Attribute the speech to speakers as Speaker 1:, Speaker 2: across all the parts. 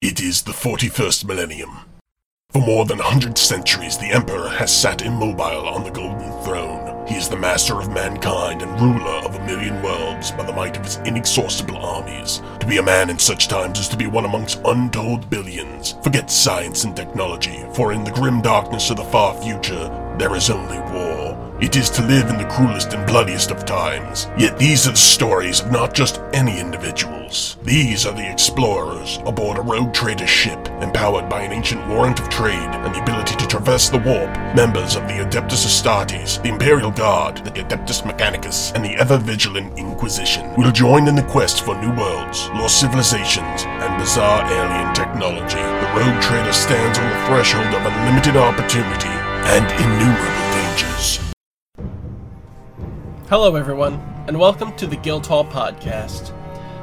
Speaker 1: It is the 41st millennium. For more than a hundred centuries, the Emperor has sat immobile on the Golden Throne. He is the master of mankind and ruler of a million worlds by the might of his inexhaustible armies. To be a man in such times is to be one amongst untold billions. Forget science and technology, for in the grim darkness of the far future, there is only war. It is to live in the cruelest and bloodiest of times. Yet these are the stories of not just any individuals. These are the explorers aboard a road trader ship, empowered by an ancient warrant of trade and the ability to traverse the warp. Members of the Adeptus Astartes, the Imperial Guard, the Adeptus Mechanicus, and the ever vigilant Inquisition will join in the quest for new worlds, lost civilizations, and bizarre alien technology. The road trader stands on the threshold of unlimited opportunity and innumerable dangers.
Speaker 2: Hello, everyone, and welcome to the Guildhall Podcast.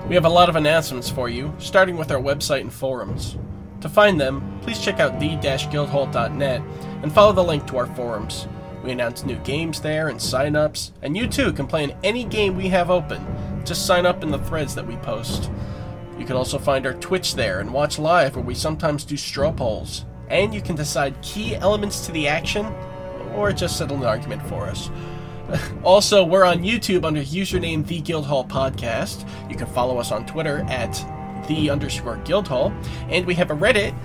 Speaker 2: We have a lot of announcements for you, starting with our website and forums. To find them, please check out the guildhall.net and follow the link to our forums. We announce new games there and sign ups, and you too can play in any game we have open. Just sign up in the threads that we post. You can also find our Twitch there and watch live where we sometimes do straw polls. And you can decide key elements to the action or just settle an argument for us. Also, we're on YouTube under username The Guildhall Podcast. You can follow us on Twitter at The underscore Guildhall. And we have a Reddit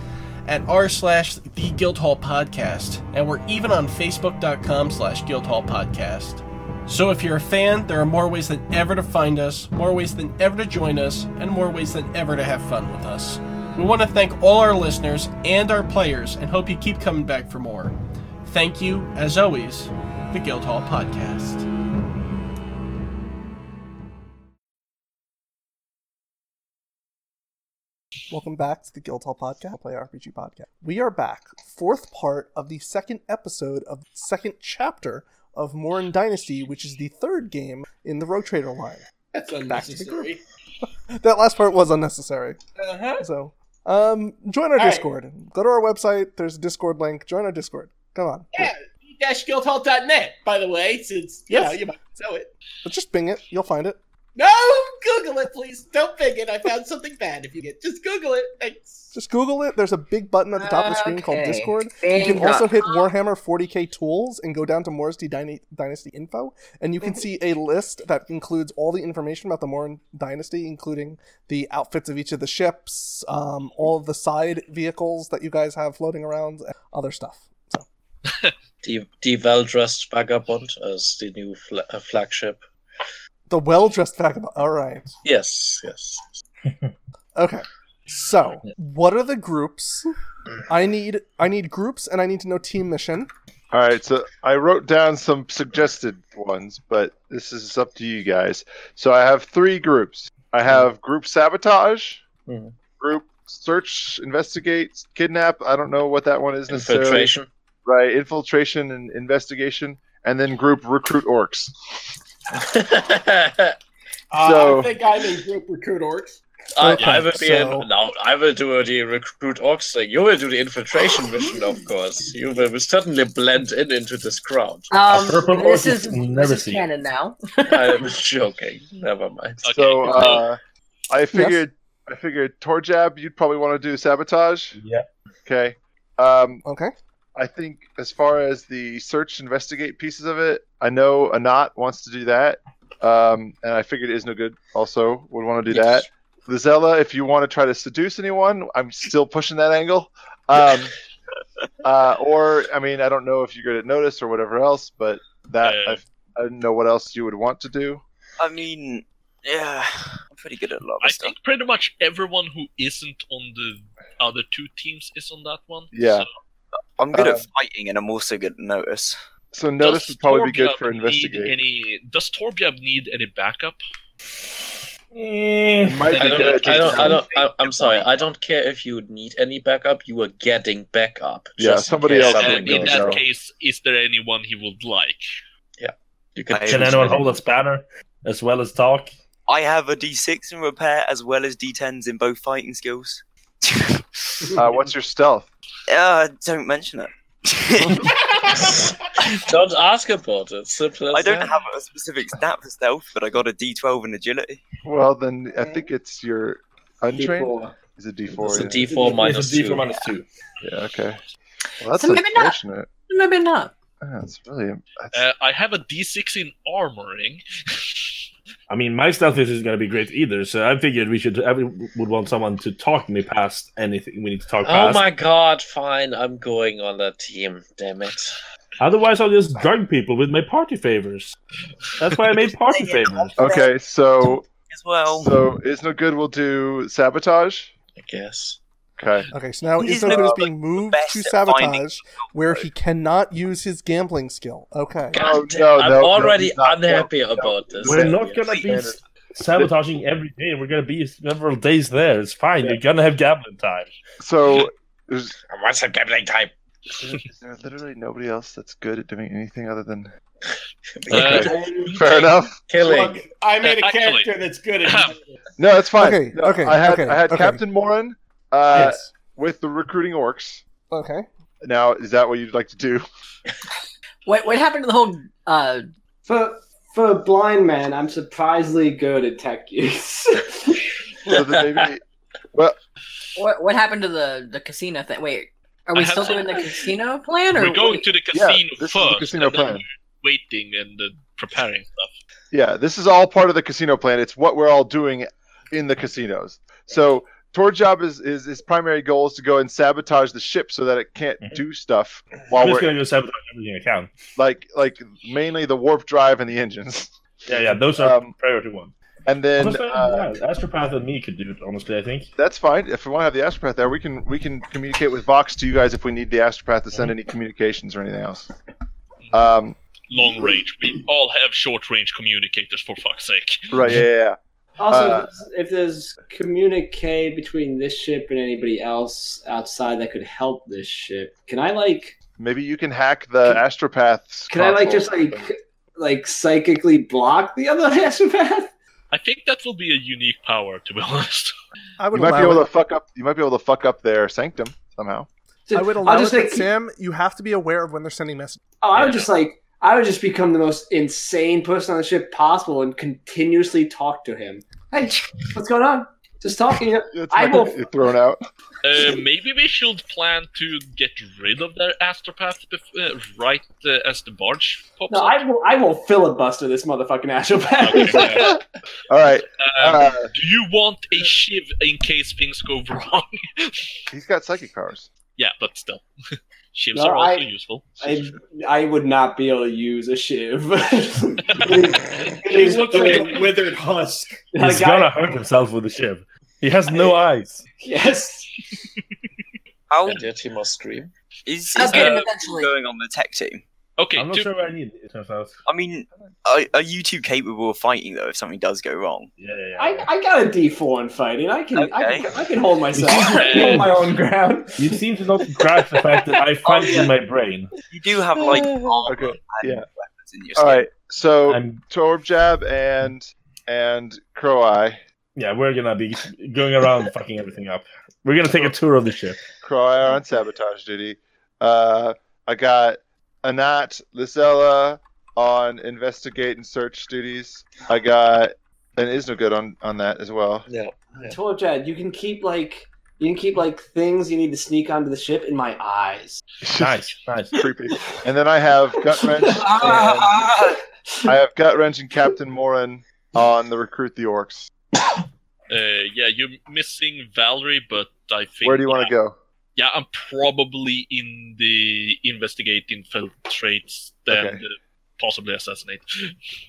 Speaker 2: at r slash The Guildhall Podcast. And we're even on Facebook.com slash Guildhall Podcast. So if you're a fan, there are more ways than ever to find us, more ways than ever to join us, and more ways than ever to have fun with us. We want to thank all our listeners and our players and hope you keep coming back for more. Thank you, as always, the Guildhall Podcast.
Speaker 3: Welcome back to the Guildhall Podcast, Play RPG Podcast. We are back, fourth part of the second episode of second chapter of Morin Dynasty, which is the third game in the Road Trader line.
Speaker 2: That's
Speaker 3: back to the group. That last part was unnecessary.
Speaker 2: Uh-huh.
Speaker 3: So, um, join our
Speaker 2: All right.
Speaker 3: Discord. Go to our website. There's a Discord link. Join our Discord. Come on.
Speaker 2: Yeah, dash guildhall.net, by the way, since, you know, you might know it.
Speaker 3: But just Bing it. You'll find it.
Speaker 2: No, Google it, please. Don't ping it. I found something bad if you get. Just Google it. Thanks.
Speaker 3: Just Google it. There's a big button at the top of the screen called
Speaker 4: Okay.
Speaker 3: Discord.
Speaker 4: Bing
Speaker 3: You can also
Speaker 4: up.
Speaker 3: hit Warhammer 40k tools and go down to Morris D Dyna- Dynasty info, and you can see a list that includes all the information about the Morin Dynasty, including the outfits of each of the ships, um, all of the side vehicles that you guys have floating around, and other stuff. So
Speaker 5: die, die Veldrust Vagabond as the new fla- uh, flagship.
Speaker 3: the well-dressed vagabond. All right.
Speaker 5: Yes, yes.
Speaker 3: Okay. So what are the groups? I need I need groups, and I need to know team mission.
Speaker 6: All right, so I wrote down some suggested ones, but this is up to you guys. So I have three groups. I have group sabotage,
Speaker 5: Mhm.
Speaker 6: group search, investigate, kidnap. I don't know what that one is necessarily.
Speaker 5: Infiltration.
Speaker 6: Right, infiltration and investigation, and then group recruit orcs.
Speaker 2: I
Speaker 6: So-
Speaker 2: think I'm in group recruit orcs.
Speaker 5: I,
Speaker 3: Okay,
Speaker 5: I will be
Speaker 3: so-
Speaker 5: in, no, I will do the recruit orcs thing. You will do the infiltration mission, of course. You will certainly blend in into this crowd.
Speaker 4: Um,
Speaker 7: A purple
Speaker 4: this
Speaker 7: orchid
Speaker 4: is
Speaker 7: will never
Speaker 4: this is
Speaker 7: see.
Speaker 4: canon now.
Speaker 5: I'm joking. Never mind.
Speaker 6: So
Speaker 8: Okay.
Speaker 6: uh, I figured, I figured Torjab, you'd probably want to do sabotage.
Speaker 7: Yeah.
Speaker 6: Okay. Um,
Speaker 3: Okay.
Speaker 6: I think as far as the search investigate pieces of it, I know Anat wants to do that, um, and I figured Is No Good also would want to do
Speaker 5: Yes.
Speaker 6: that. Lizella, if you want to try to seduce anyone, I'm still pushing that angle. Um, uh, or I mean, I don't know if you're good at notice or whatever else, but that I
Speaker 8: Yeah.
Speaker 6: I don't know what else you would want to do.
Speaker 9: I mean, yeah, I'm pretty good at a lot of
Speaker 8: I
Speaker 9: stuff.
Speaker 8: think pretty much everyone who isn't on the other two teams is on that one.
Speaker 6: Yeah.
Speaker 8: So
Speaker 9: I'm good
Speaker 6: uh,
Speaker 9: at fighting, and I'm also good at notice.
Speaker 6: So notice
Speaker 8: does
Speaker 6: would probably be good
Speaker 8: Torbjörn
Speaker 6: for
Speaker 8: need
Speaker 6: investigate.
Speaker 8: Any, does Torbjörn need any backup?
Speaker 4: Mm.
Speaker 7: Eh,
Speaker 6: Might
Speaker 5: I
Speaker 6: be
Speaker 5: don't,
Speaker 6: good at
Speaker 5: I don't, I
Speaker 6: taking-
Speaker 5: don't, I, I'm sorry. I don't care if you need any backup. You are getting backup.
Speaker 6: Yeah,
Speaker 5: Just in
Speaker 6: somebody
Speaker 5: case
Speaker 6: else
Speaker 5: something
Speaker 8: And
Speaker 6: Something
Speaker 8: in
Speaker 5: goes
Speaker 8: that
Speaker 5: wrong.
Speaker 8: case, is there anyone he would like?
Speaker 5: You can
Speaker 9: Can
Speaker 5: choose
Speaker 7: Can anyone
Speaker 5: any-
Speaker 7: hold a spanner as well as talk?
Speaker 9: I have a D6 in repair as well as D10s in both fighting skills.
Speaker 6: Uh, what's your stealth?
Speaker 9: uh, don't mention it.
Speaker 5: Don't ask about it. Simple as
Speaker 9: I don't
Speaker 5: that.
Speaker 9: have a specific stat for stealth, but I got a D12 in agility.
Speaker 6: Well, then I think it's your untrained. He's a
Speaker 5: It's
Speaker 6: D4.
Speaker 5: a
Speaker 6: yeah.
Speaker 5: D4 minus
Speaker 7: it's a D4
Speaker 5: two.
Speaker 7: minus two.
Speaker 6: yeah, okay. Well, that's
Speaker 4: So maybe not.
Speaker 6: unfortunate.
Speaker 4: Maybe not.
Speaker 6: Yeah, it's really. That's,
Speaker 8: Uh, I have a D6 in armoring.
Speaker 7: I mean, my stealth isn't going to be great either, so I figured we should. I would want someone to talk me past anything we need to talk
Speaker 5: Oh
Speaker 7: past.
Speaker 5: my god, fine, I'm going on that team, damn it.
Speaker 7: Otherwise, I'll just drug people with my party favors. That's why I made party
Speaker 4: Yeah.
Speaker 7: favors.
Speaker 6: okay, so
Speaker 9: as well.
Speaker 6: so is no good. We'll do sabotage.
Speaker 5: I guess.
Speaker 6: Okay.
Speaker 3: Okay, so now
Speaker 9: He's
Speaker 3: Isnokud
Speaker 9: not
Speaker 3: is
Speaker 9: like
Speaker 3: being moved
Speaker 9: best
Speaker 3: to
Speaker 9: at finding
Speaker 3: sabotage, where he cannot use his gambling skill. Okay.
Speaker 5: God
Speaker 6: No,
Speaker 5: damn,
Speaker 6: no,
Speaker 5: I'm
Speaker 6: no, no,
Speaker 5: already
Speaker 6: he's not.
Speaker 5: unhappy
Speaker 6: No, no,
Speaker 5: about this.
Speaker 7: We're not gonna
Speaker 5: Yes.
Speaker 7: be s- sabotaging every day. We're gonna be several days there. It's fine. You're gonna have gambling time.
Speaker 6: So is,
Speaker 5: What's a gambling type?
Speaker 6: is there- is there literally nobody else that's good at doing anything other than?
Speaker 5: Uh,
Speaker 6: Fair enough.
Speaker 5: killing.
Speaker 6: Um,
Speaker 10: Look, I made a
Speaker 8: Uh, actually-
Speaker 10: character that's good at
Speaker 6: No, that's fine.
Speaker 3: Okay,
Speaker 6: No,
Speaker 3: okay,
Speaker 6: I had
Speaker 3: okay,
Speaker 6: I had
Speaker 3: okay.
Speaker 6: Captain Morin uh,
Speaker 3: yes.
Speaker 6: with the recruiting orcs.
Speaker 3: Okay.
Speaker 6: Now, is that what you'd like to do?
Speaker 4: What what happened to the whole? Uh,
Speaker 10: for for a blind man. I'm surprisingly good at tech use.
Speaker 6: So that maybe
Speaker 4: what what happened to the the casino thing? Wait, are
Speaker 8: I
Speaker 4: we
Speaker 8: have
Speaker 4: still doing the casino plan, or
Speaker 8: We're going to the casino
Speaker 6: this is
Speaker 8: first.
Speaker 6: the casino
Speaker 8: and then
Speaker 6: plan.
Speaker 8: we're Waiting and uh, preparing stuff.
Speaker 6: Yeah, this is all part of the casino plan. It's what we're all doing in the casinos. So Tor's job is, is his primary goal is to go and sabotage the ship so that it can't
Speaker 7: Mhm.
Speaker 6: do stuff
Speaker 7: I'm
Speaker 6: while
Speaker 7: just
Speaker 6: we're
Speaker 7: gonna go sabotage everything I can.
Speaker 6: like like mainly the warp drive and the engines.
Speaker 7: Yeah, yeah. Those are
Speaker 6: Um,
Speaker 7: priority one.
Speaker 6: And then
Speaker 7: Honestly,
Speaker 6: uh,
Speaker 7: yeah, Astropath and me could do it. Honestly, I think.
Speaker 6: that's fine. If we want to have the astropath there, we can we can communicate with Vox to you guys if we need the astropath to send any communications or anything else. Um,
Speaker 8: Long range. We all have short range communicators, for fuck's sake.
Speaker 6: right, yeah, yeah, yeah.
Speaker 10: also,
Speaker 6: Uh,
Speaker 10: if there's communique between this ship and anybody else outside that could help this ship, can I like?
Speaker 6: Maybe you can hack the astropath's.
Speaker 10: Can I like
Speaker 6: console.
Speaker 10: just like like psychically block the other astropath?
Speaker 8: I think that will be a unique power, to be honest.
Speaker 3: I
Speaker 6: You
Speaker 3: would
Speaker 6: might be
Speaker 3: allow
Speaker 6: able
Speaker 3: it.
Speaker 6: to fuck up. You might be able to fuck up their sanctum somehow.
Speaker 3: I would
Speaker 10: I'll
Speaker 3: allow it,
Speaker 10: just,
Speaker 3: but
Speaker 10: like,
Speaker 3: Sam, you have to be aware of when they're sending messages.
Speaker 10: Oh, I would just like I would just become the most insane person on the ship possible and continuously talk to him. Hey, what's going on? Just talking.
Speaker 6: It's
Speaker 10: I
Speaker 6: not gonna
Speaker 10: will-
Speaker 6: get thrown out.
Speaker 8: Uh, maybe we should plan to get rid of their astropath bef- uh, right uh, as the barge pops
Speaker 10: No,
Speaker 8: up.
Speaker 10: I will. I will filibuster this motherfucking
Speaker 8: Okay,
Speaker 10: astropath.
Speaker 8: yeah.
Speaker 6: All right,
Speaker 8: Um,
Speaker 6: uh,
Speaker 8: do you want a shiv in case things go wrong?
Speaker 6: he's got psychic powers.
Speaker 8: yeah, but still, shivs
Speaker 10: No,
Speaker 8: are also
Speaker 10: I-
Speaker 8: useful.
Speaker 10: I I would not be able to use a shiv.
Speaker 8: He
Speaker 10: He's
Speaker 8: He's looks
Speaker 10: like,
Speaker 8: like
Speaker 10: a
Speaker 8: a
Speaker 10: withered husk.
Speaker 7: He's gonna hurt himself with the ship. He has no eyes.
Speaker 10: Yes.
Speaker 9: How
Speaker 5: And yet he must scream.
Speaker 9: is,
Speaker 4: I'll
Speaker 9: is
Speaker 4: get
Speaker 9: there
Speaker 4: him
Speaker 9: anything
Speaker 4: eventually.
Speaker 9: going on the tech team?
Speaker 8: Okay,
Speaker 7: I'm not
Speaker 8: to-
Speaker 7: sure I need. It turns out.
Speaker 9: I mean, are, are you two capable of fighting though if something does go wrong?
Speaker 7: Yeah, yeah. yeah.
Speaker 10: I, I got a D four in fighting. I can, I, can
Speaker 9: Okay.
Speaker 10: I can hold myself. I can hold my own ground.
Speaker 7: You seem to not grasp the fact that I fight in my brain.
Speaker 9: Oh, You do have like armor
Speaker 6: Okay,
Speaker 9: and
Speaker 6: yeah.
Speaker 9: weapons in your
Speaker 6: All
Speaker 9: skill.
Speaker 6: right, so
Speaker 7: I'm
Speaker 6: Torjab and and Crow Eye.
Speaker 7: Yeah, we're gonna be going around fucking everything up. We're gonna take a tour of the ship.
Speaker 6: Crow Eye are on sabotage duty. Uh, I got Anat Lizella on investigate and search duties. I got and is no good on on that as well.
Speaker 5: No.
Speaker 10: Told Jed, you can keep like you can keep like things you need to sneak onto the ship in my eyes.
Speaker 7: Nice, nice.
Speaker 6: creepy. And then I have gut wrench. and- I have gut wrench and Captain Morin on the recruit the orcs.
Speaker 8: uh, yeah, you're missing Valerie, but I think.
Speaker 6: Where do you want to go?
Speaker 8: Yeah, I'm probably in the investigate, infiltrate, then
Speaker 6: Okay.
Speaker 8: uh, possibly assassinate.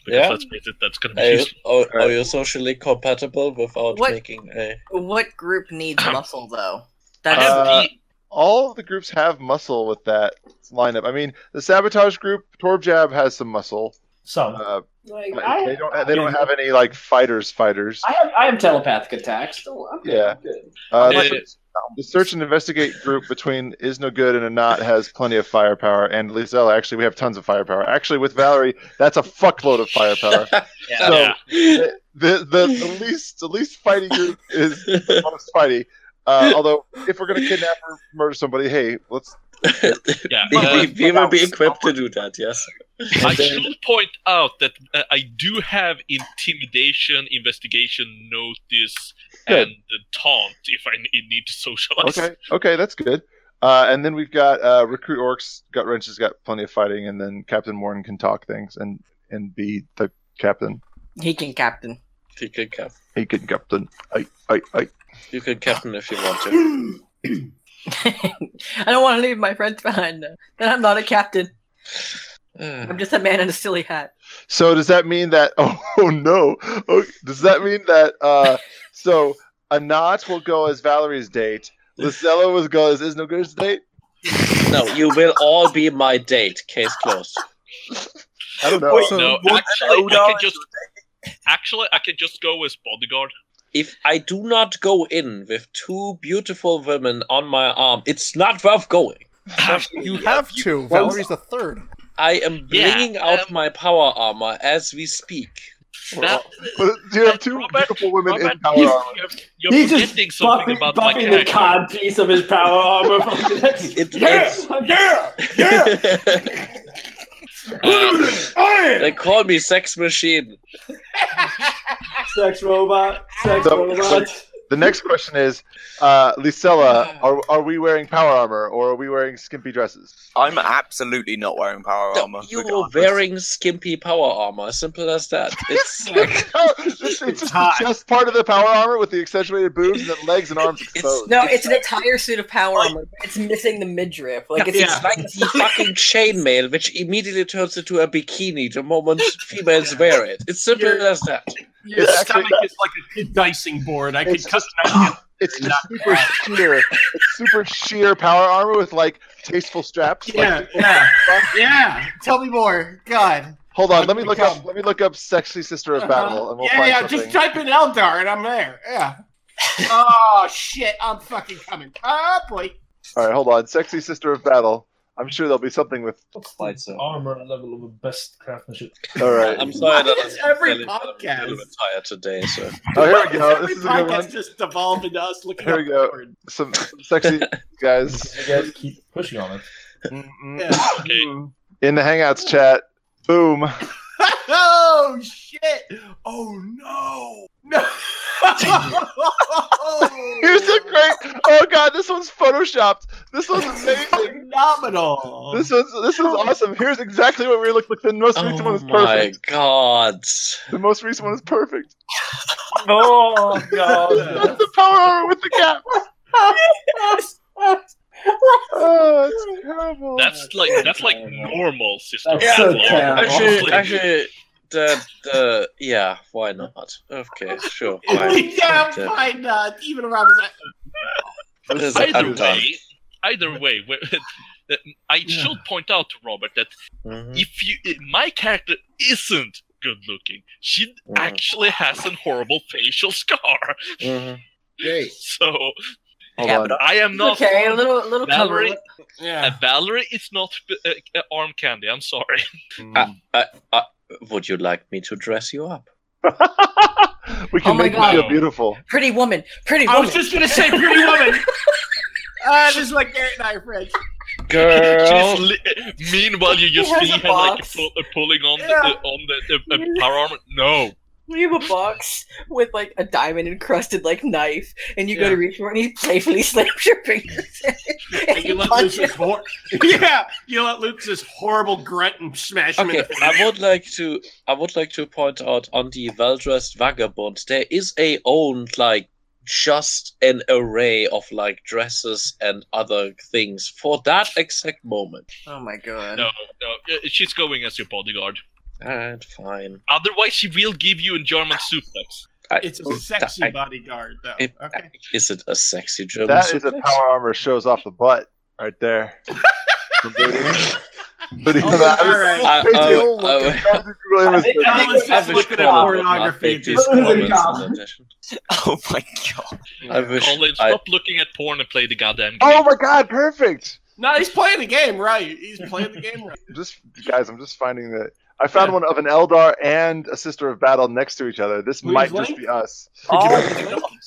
Speaker 8: Because
Speaker 5: Yeah.
Speaker 8: let's face it, that's gonna be
Speaker 5: Are you,
Speaker 8: useful.
Speaker 5: are,
Speaker 6: All right.
Speaker 5: are you socially compatible without
Speaker 4: What?
Speaker 5: making a.
Speaker 4: what group needs muscle though?
Speaker 8: I
Speaker 4: That's
Speaker 8: have
Speaker 6: Uh,
Speaker 8: the-
Speaker 6: All of the groups have muscle with that lineup. I mean, the sabotage group, Torbjab has some muscle.
Speaker 7: So,
Speaker 6: Uh,
Speaker 10: Like I,
Speaker 6: they don't. They don't have any like fighters. Fighters.
Speaker 10: I have I have telepathic attacks. So I'm good,
Speaker 6: Yeah.
Speaker 10: I'm good.
Speaker 6: Uh,
Speaker 8: Uh,
Speaker 6: the- the search and investigate group between is no good and Anat has plenty of firepower, and Lizella actually we have tons of firepower. Actually, with Valerie, that's a fuckload of firepower. So
Speaker 8: Yeah.
Speaker 6: the, the the least the least fighting group is most fighty. Uh, although if we're gonna kidnap or murder somebody, hey, let's
Speaker 8: yeah,
Speaker 5: we,
Speaker 8: uh,
Speaker 5: we will be equipped to do that, yes.
Speaker 8: I
Speaker 5: And then-
Speaker 8: should point out that uh, I do have intimidation, investigation, notice,
Speaker 6: Good.
Speaker 8: and taunt if I ne- need to socialize.
Speaker 6: Okay, okay, that's good. Uh, and then we've got uh, recruit orcs. Gut wrench has got plenty of fighting, and then Captain Morton can talk things and and be the captain.
Speaker 4: He can captain.
Speaker 5: You can cap.
Speaker 6: He can captain. I I I.
Speaker 5: You can captain if you want to.
Speaker 4: I don't want to leave my friends behind. though. Then I'm not a captain.
Speaker 5: Uh,
Speaker 6: Hmm.
Speaker 4: I'm just a man in a silly hat.
Speaker 6: So does that mean that? Oh, no! Okay, does that mean that? Uh, so Anat will go as Valerie's date. Lucella will go as Isnogir's date.
Speaker 5: no, you will all be my date. Case closed.
Speaker 6: I don't know.
Speaker 8: Wait, no, actually, I can just actually I can just go as bodyguard.
Speaker 5: If I do not go in with two beautiful women on my arm, it's not worth going.
Speaker 3: You have to. Valerie's the third.
Speaker 5: I am
Speaker 8: Yeah,
Speaker 5: bringing out my power armor as we speak.
Speaker 8: That,
Speaker 6: But you have two beautiful women in
Speaker 8: Robert,
Speaker 6: power
Speaker 8: you're,
Speaker 6: armor.
Speaker 8: you're
Speaker 10: He's just
Speaker 8: forgetting something
Speaker 10: buffing,
Speaker 8: about my
Speaker 10: buffing the
Speaker 8: character.
Speaker 10: cod piece of his power armor.
Speaker 5: It-
Speaker 10: yeah, yeah, yeah. Iron!
Speaker 5: they call me sex machine.
Speaker 10: Sex robot. Sex
Speaker 6: So-
Speaker 10: robot.
Speaker 6: The next question is, uh, Lucella, are are we wearing power armor or are we wearing skimpy dresses?
Speaker 9: I'm absolutely not wearing power
Speaker 5: No,
Speaker 9: armor.
Speaker 5: you are
Speaker 9: regardless.
Speaker 5: wearing skimpy power armor. Simple as that. It's
Speaker 6: Oh, it's, it's just the
Speaker 10: hot.
Speaker 6: chest part of the power armor with the accentuated boobs and the legs and arms exposed.
Speaker 4: No, it's an entire suit of power armor. but It's missing the midriff. Like it's,
Speaker 5: it's like the fucking chainmail, which immediately turns into a bikini the moment females wear it. It's simple
Speaker 11: You're-
Speaker 5: as that.
Speaker 11: Your
Speaker 6: It's
Speaker 11: stomach
Speaker 6: actually-
Speaker 11: is like a good dicing board. I could
Speaker 6: It's
Speaker 11: cut.
Speaker 6: It's just super sheer, it's super sheer power armor with like tasteful straps. Like,
Speaker 2: Yeah, yeah, yeah. Tell me more. God. Uh-huh.
Speaker 6: hold on, let me look up. Let me look up "sexy sister of battle" and we'll
Speaker 2: yeah,
Speaker 6: find
Speaker 2: yeah.
Speaker 6: something.
Speaker 2: Just type in Eldar and I'm there. Yeah. oh shit! I'm fucking coming. Oh boy.
Speaker 6: All right, hold on. "Sexy sister of battle." I'm sure there'll be something with.
Speaker 7: Armor level of the best craftsmanship.
Speaker 6: All right.
Speaker 5: I'm sorry
Speaker 2: Why
Speaker 5: that
Speaker 2: is every
Speaker 5: I'm a little bit
Speaker 2: podcast-
Speaker 5: tired today, so
Speaker 6: Oh, here we go.
Speaker 2: Every
Speaker 6: This is a good
Speaker 2: podcast
Speaker 6: one.
Speaker 2: just devolved into us looking
Speaker 6: Here
Speaker 2: at
Speaker 6: we go. Some, some sexy guys
Speaker 7: You guys keep pushing on it.
Speaker 6: Mm-hmm.
Speaker 8: Okay.
Speaker 6: in the Hangouts chat. Boom.
Speaker 2: oh shit! Oh no! No!
Speaker 6: Here's a great. Oh god, this one's photoshopped. This one's amazing.
Speaker 2: phenomenal.
Speaker 6: This is this is awesome. Here's exactly what we looked like. The most recent one
Speaker 5: Oh
Speaker 6: is
Speaker 5: my
Speaker 6: perfect.
Speaker 5: god.
Speaker 6: The most recent one is perfect.
Speaker 7: Oh
Speaker 6: That's the power armor with the gap. Oh, it's terrible.
Speaker 8: That's like that's like normal system.
Speaker 10: Oh, That's so terrible.
Speaker 5: Actually, actually, the, the, yeah, why not? Okay, sure. Fine.
Speaker 2: yeah,
Speaker 5: Yeah.
Speaker 2: fine. Uh, even around his
Speaker 5: This is
Speaker 8: Either
Speaker 5: undone.
Speaker 8: way, either way, we- I should point out to Robert that
Speaker 6: Mm-hmm.
Speaker 5: Mhm.
Speaker 8: if you my character isn't good looking, she
Speaker 6: Mm.
Speaker 5: Mhm.
Speaker 8: actually has an horrible facial scar.
Speaker 5: Mhm.
Speaker 2: Great.
Speaker 8: So
Speaker 6: Mm-hmm. Hold
Speaker 4: Yeah,
Speaker 6: on.
Speaker 8: I am not
Speaker 4: okay, a little, a little cover.
Speaker 8: Valerie.
Speaker 2: Yeah.
Speaker 8: Uh, Valerie is not uh, uh, arm candy. I'm sorry.
Speaker 6: Uh,
Speaker 5: Would you like me to dress you up?
Speaker 6: we can
Speaker 4: Oh my
Speaker 6: make
Speaker 4: God.
Speaker 6: you feel beautiful.
Speaker 4: Pretty woman, pretty
Speaker 2: I
Speaker 4: woman.
Speaker 2: was just gonna say, pretty woman. Uh, this is what Garrett and I are friends.
Speaker 8: She's li- meanwhile, you just
Speaker 4: He has a
Speaker 8: see her like
Speaker 4: box.
Speaker 8: pull, uh, pulling on the,
Speaker 2: Yeah.
Speaker 8: uh, on the uh, uh, power armor. No,
Speaker 4: We have a box with like a diamond encrusted like knife, and you
Speaker 2: Yeah.
Speaker 4: go to reach for it, and he playfully slaps your fingers. in it, and
Speaker 2: And you
Speaker 4: you
Speaker 2: let
Speaker 4: punch
Speaker 2: loose
Speaker 4: him.
Speaker 2: this hor- yeah, you let loose this horrible grunt and smash him
Speaker 5: Okay,
Speaker 2: in the face.
Speaker 5: I would like to I would like to point out on the well dressed vagabond, there is a owned like just an array of like dresses and other things for that exact moment.
Speaker 4: Oh my god!
Speaker 8: no, no. Uh, She's going as your bodyguard.
Speaker 5: Alright, fine.
Speaker 8: Otherwise, she will give you a German suplex.
Speaker 5: I- Oh,
Speaker 2: It's
Speaker 5: I-
Speaker 2: a sexy bodyguard, though.
Speaker 5: It-
Speaker 2: okay.
Speaker 5: Is it a sexy German?
Speaker 6: That is a
Speaker 5: suplex?
Speaker 6: power armor shows off the butt right there. but even
Speaker 2: Oh,
Speaker 6: that,
Speaker 2: all right.
Speaker 5: I-
Speaker 6: Basically,
Speaker 5: I-
Speaker 6: look
Speaker 5: I-
Speaker 6: at that, it's really mis-
Speaker 10: think
Speaker 2: I was
Speaker 5: I
Speaker 2: just
Speaker 5: wish
Speaker 2: looking at
Speaker 5: Colin would not
Speaker 2: pornography.
Speaker 5: make these
Speaker 2: Just,
Speaker 10: Listen,
Speaker 5: comments
Speaker 10: God.
Speaker 5: in addition.
Speaker 9: Oh my god.
Speaker 5: I wish
Speaker 8: Colin,
Speaker 5: I-
Speaker 8: stop looking at porn and play the goddamn game.
Speaker 6: oh my god, perfect.
Speaker 2: no, he's playing the game right. He's playing the game right.
Speaker 6: Just guys, I'm just finding that I found one of an Eldar and a sister of battle next to each other. This
Speaker 2: Please
Speaker 6: might just
Speaker 2: link.
Speaker 6: be us.
Speaker 2: Could you, please link?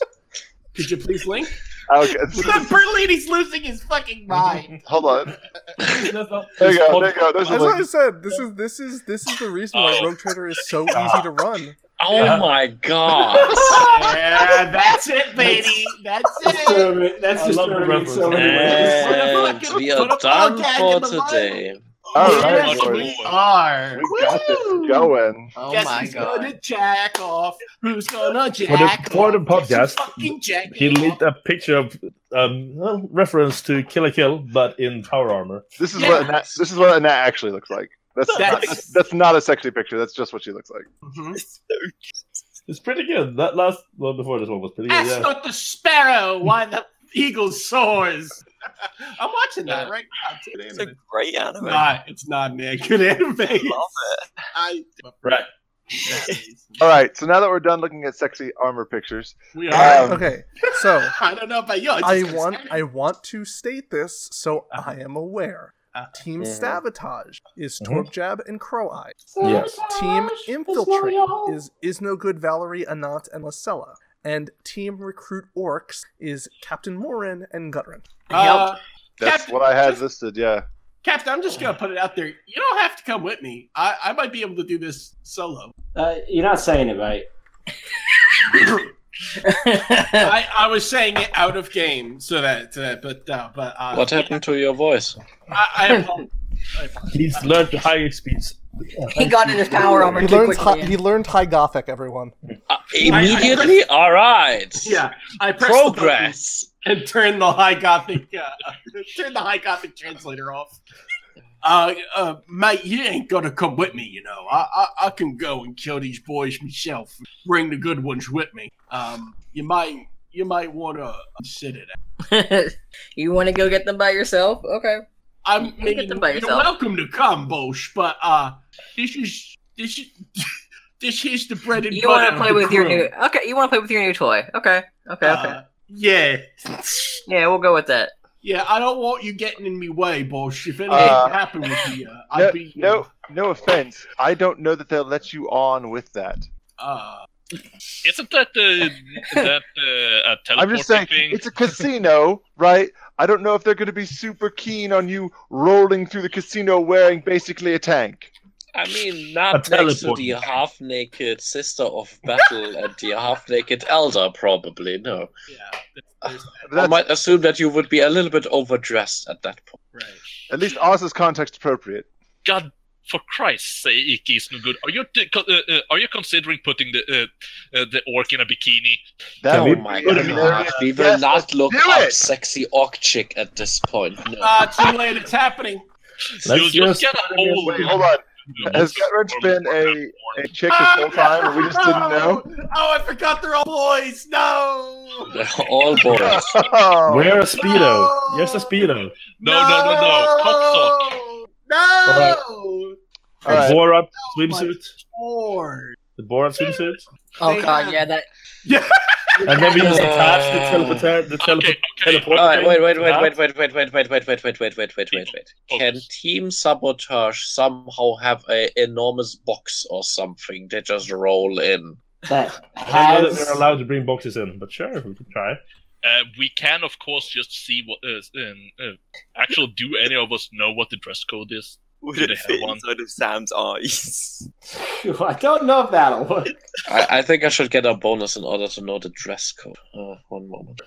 Speaker 2: Could you please link?
Speaker 6: Okay.
Speaker 2: the Berlini's losing his fucking mind.
Speaker 6: Hold on.
Speaker 3: There
Speaker 6: you go, there you go, there's
Speaker 3: That's
Speaker 6: a
Speaker 3: what I
Speaker 6: link.
Speaker 3: said. This is this is this is the reason why Rogue Trader is so easy to run.
Speaker 5: Oh my god.
Speaker 2: yeah, that's it, baby. That's it.
Speaker 10: That's
Speaker 2: I
Speaker 10: just
Speaker 2: love the
Speaker 10: throwing in so many
Speaker 5: And
Speaker 10: ways.
Speaker 5: we are done for today.
Speaker 6: All
Speaker 2: Yes,
Speaker 6: right, boys.
Speaker 2: we are.
Speaker 6: We got this going.
Speaker 2: Guess who's gonna jack off? Who's gonna
Speaker 7: For the,
Speaker 2: jack
Speaker 7: for the podcast,
Speaker 2: fucking jack
Speaker 7: he leaked a picture of um, well, reference to Kill a Kill, but in power armor.
Speaker 6: This is what Anat, this is what Anat actually looks like. That's not,
Speaker 7: That's-
Speaker 6: that's not a sexy picture. That's just what she looks like.
Speaker 2: Mm-hmm.
Speaker 7: It's pretty good. That last one before this one was pretty good.
Speaker 2: Ask
Speaker 7: Yeah.
Speaker 2: not the sparrow why the eagle soars. I'm watching that right now. It's a
Speaker 9: great
Speaker 2: It's
Speaker 9: anime.
Speaker 2: not. It's not man. Good anime. I love it.
Speaker 7: Right.
Speaker 6: All right. So now that we're done looking at sexy armor pictures,
Speaker 2: We
Speaker 6: um,
Speaker 3: okay, so
Speaker 2: I don't know about you.
Speaker 3: I want I want to state this so I am aware. Team
Speaker 2: Mhm.
Speaker 3: Sabotage is
Speaker 2: Mhm.
Speaker 3: Torb Jab and Crow Eye.
Speaker 7: Yes.
Speaker 3: Team Infiltrate
Speaker 2: y'all.
Speaker 3: is is no good Valerie, Anant, and Lacella. And Team Recruit Orcs is Captain Morin and Gutrin.
Speaker 2: Uh,
Speaker 6: that's what I had listed. Yeah.
Speaker 2: Captain, I'm just gonna put it out there. You don't have to come with me. I, I might be able to do this solo.
Speaker 10: Uh, you're not saying it right.
Speaker 2: I, I was saying it out of game, so that, so that but uh, but uh,
Speaker 5: What happened to your voice?
Speaker 2: I, I apologize.
Speaker 7: He's learned the higher speeds.
Speaker 4: He got in his power armor
Speaker 3: He
Speaker 4: too
Speaker 3: learned
Speaker 4: quickly.
Speaker 3: high, he learned High Gothic. Everyone.
Speaker 5: Immediately? Alright.
Speaker 2: Yeah, I pressed the button
Speaker 5: Progress.
Speaker 2: and turned the high gothic uh, turned the high gothic translator off. Uh, uh, mate, you ain't gonna come with me, you know. I, I I can go and kill these boys myself. Bring the good ones with me. Um, you might you might want to consider that.
Speaker 4: you want to go get them by yourself? Okay.
Speaker 2: I'm
Speaker 4: Go
Speaker 2: mean,
Speaker 4: get them by
Speaker 2: you're
Speaker 4: yourself.
Speaker 2: welcome to come, Bosch, but uh, this is this is this is the bread and
Speaker 4: You
Speaker 2: butter.
Speaker 4: want to play
Speaker 2: of the
Speaker 4: with your
Speaker 2: crew.
Speaker 4: new? Okay, you want to play with your new toy? Okay. Okay.
Speaker 2: Uh, yeah.
Speaker 4: Yeah, we'll go with that.
Speaker 2: Yeah, I don't want you getting in me way, Bosch. Oh, If anything
Speaker 6: Uh,
Speaker 2: happened with you, uh, I'd
Speaker 6: No,
Speaker 2: be
Speaker 6: no, no offense. I don't know that they'll let you on with that.
Speaker 2: uh,
Speaker 8: Isn't that uh, that uh, a teleporting
Speaker 6: I'm just saying
Speaker 8: thing?
Speaker 6: it's a casino, right? I don't know if they're going to be super keen on you rolling through the casino wearing basically a tank.
Speaker 5: I mean,
Speaker 6: A
Speaker 5: not next to
Speaker 6: teleport.
Speaker 5: the half naked sister of battle and the half naked elder, probably, no. I might assume that you would be a little bit overdressed at that point.
Speaker 6: At least ours is context appropriate.
Speaker 8: God, for Christ's sake, is no good. Are you t- co- uh, uh, are you considering putting the uh, uh, the orc in a bikini?
Speaker 6: That
Speaker 5: oh
Speaker 6: would
Speaker 5: my
Speaker 6: be
Speaker 5: god.
Speaker 6: hilarious.
Speaker 5: we will
Speaker 6: Yes,
Speaker 5: not look
Speaker 6: do
Speaker 5: up
Speaker 6: it.
Speaker 5: sexy orc chick at this point. No.
Speaker 2: uh, too late. It's happening.
Speaker 5: Let's
Speaker 8: you
Speaker 5: just
Speaker 8: just get a whole
Speaker 6: Wait, hold on. Has Gutridge been a, a chick this whole time and we just didn't know?
Speaker 2: Oh, I forgot they're all boys. No.
Speaker 5: All boys.
Speaker 7: Wear a speedo. Yes, a speedo.
Speaker 8: No, no, no, no. Cock sock.
Speaker 2: No.
Speaker 7: The Borat swimsuit.
Speaker 2: Lord.
Speaker 7: The Borat swimsuit.
Speaker 4: Oh god, yeah, that.
Speaker 7: And then we just attach the teleport. The teleport. teleport
Speaker 5: Uh, All right,
Speaker 7: thing
Speaker 5: wait, wait,
Speaker 7: to
Speaker 5: wait,
Speaker 7: that.
Speaker 5: wait, wait, wait, wait, wait, wait, wait, wait, wait, wait, wait, wait, wait. Can Team Sabotage somehow have an enormous box or something? They just roll in.
Speaker 10: That
Speaker 7: I don't know that
Speaker 10: has
Speaker 7: they're allowed to bring boxes in, but sure, we can try.
Speaker 8: Uh, we can, of course, just see what. Uh, um, uh, actually, do any of us know what the dress code is?
Speaker 9: Would
Speaker 8: Do they
Speaker 9: it
Speaker 8: have
Speaker 9: fit
Speaker 8: one?
Speaker 9: inside of Sam's eyes?
Speaker 10: I don't know if that'll work.
Speaker 5: I, I think I should get a bonus in order to know the dress code. Uh, one moment.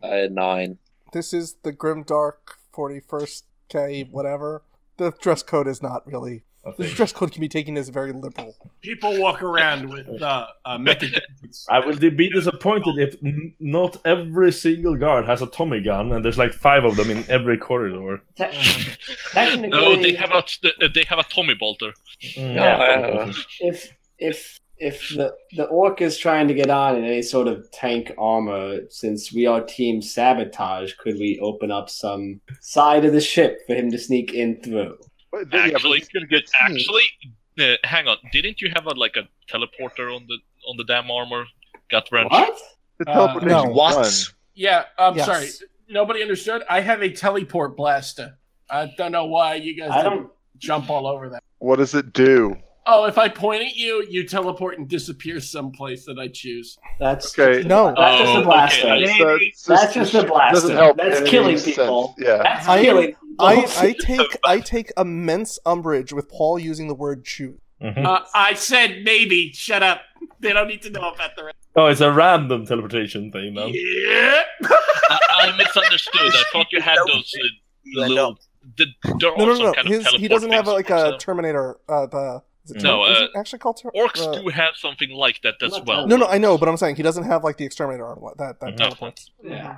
Speaker 5: Uh, nine.
Speaker 3: This is the grim dark 41st K whatever. The dress code is not really. The dress code can be taken as very liberal.
Speaker 2: People walk around with uh, uh, mecha.
Speaker 7: I will be disappointed if n- not every single guard has a Tommy gun, and there's like five of them in every corridor.
Speaker 10: Technically,
Speaker 8: No, they have a uh, they have a Tommy bolter.
Speaker 3: Mm.
Speaker 7: Yeah.
Speaker 10: if if if the the orc is trying to get on in any sort of tank armor, since we are team sabotage, could we open up some side of the ship for him to sneak in through?
Speaker 8: Actually, actually, uh, hang on. Didn't you have a like a teleporter on the on the damn armor? Gut wrench.
Speaker 10: What?
Speaker 6: The
Speaker 2: teleportation
Speaker 6: no. What?
Speaker 2: Yeah, I'm
Speaker 8: Yes.
Speaker 2: sorry. Nobody understood. I have a teleport blaster. I don't know why you guys
Speaker 10: I
Speaker 2: didn't jump all over that.
Speaker 6: What does it do?
Speaker 2: Oh, if I point at you, you teleport and disappear someplace that I choose.
Speaker 10: That's
Speaker 6: Okay.
Speaker 10: No, that's just
Speaker 2: Oh,
Speaker 10: a blaster.
Speaker 2: okay.
Speaker 10: That's,
Speaker 2: That's-
Speaker 10: that's just a blaster.
Speaker 6: doesn't help in
Speaker 10: that's
Speaker 6: any
Speaker 10: killing
Speaker 6: sense.
Speaker 10: people.
Speaker 6: Yeah.
Speaker 10: that's
Speaker 3: I,
Speaker 10: killing.
Speaker 3: I,
Speaker 10: people.
Speaker 3: I take I take immense umbrage with Paul using the word choose.
Speaker 8: Mhm.
Speaker 6: Mm-hmm.
Speaker 2: Uh, I said maybe. Shut up. They don't need to know about the rest.
Speaker 7: Oh, it's a random teleportation thing, though.
Speaker 8: Oh. I, I misunderstood. I thought you had those uh, little. The, there are
Speaker 3: No, no,
Speaker 8: some
Speaker 3: no.
Speaker 8: kind
Speaker 3: His,
Speaker 8: of teleport
Speaker 3: he doesn't have
Speaker 8: things.
Speaker 3: like a Terminator. Uh, the is it
Speaker 8: No,
Speaker 3: Term- is
Speaker 8: uh,
Speaker 3: it actually called Ter-
Speaker 8: Orcs
Speaker 3: uh,
Speaker 8: do have something like that as well.
Speaker 3: No, no, I know, but I'm saying he doesn't have like the exterminator arm. like That that
Speaker 8: Mhm.
Speaker 3: teleports.
Speaker 10: Yeah.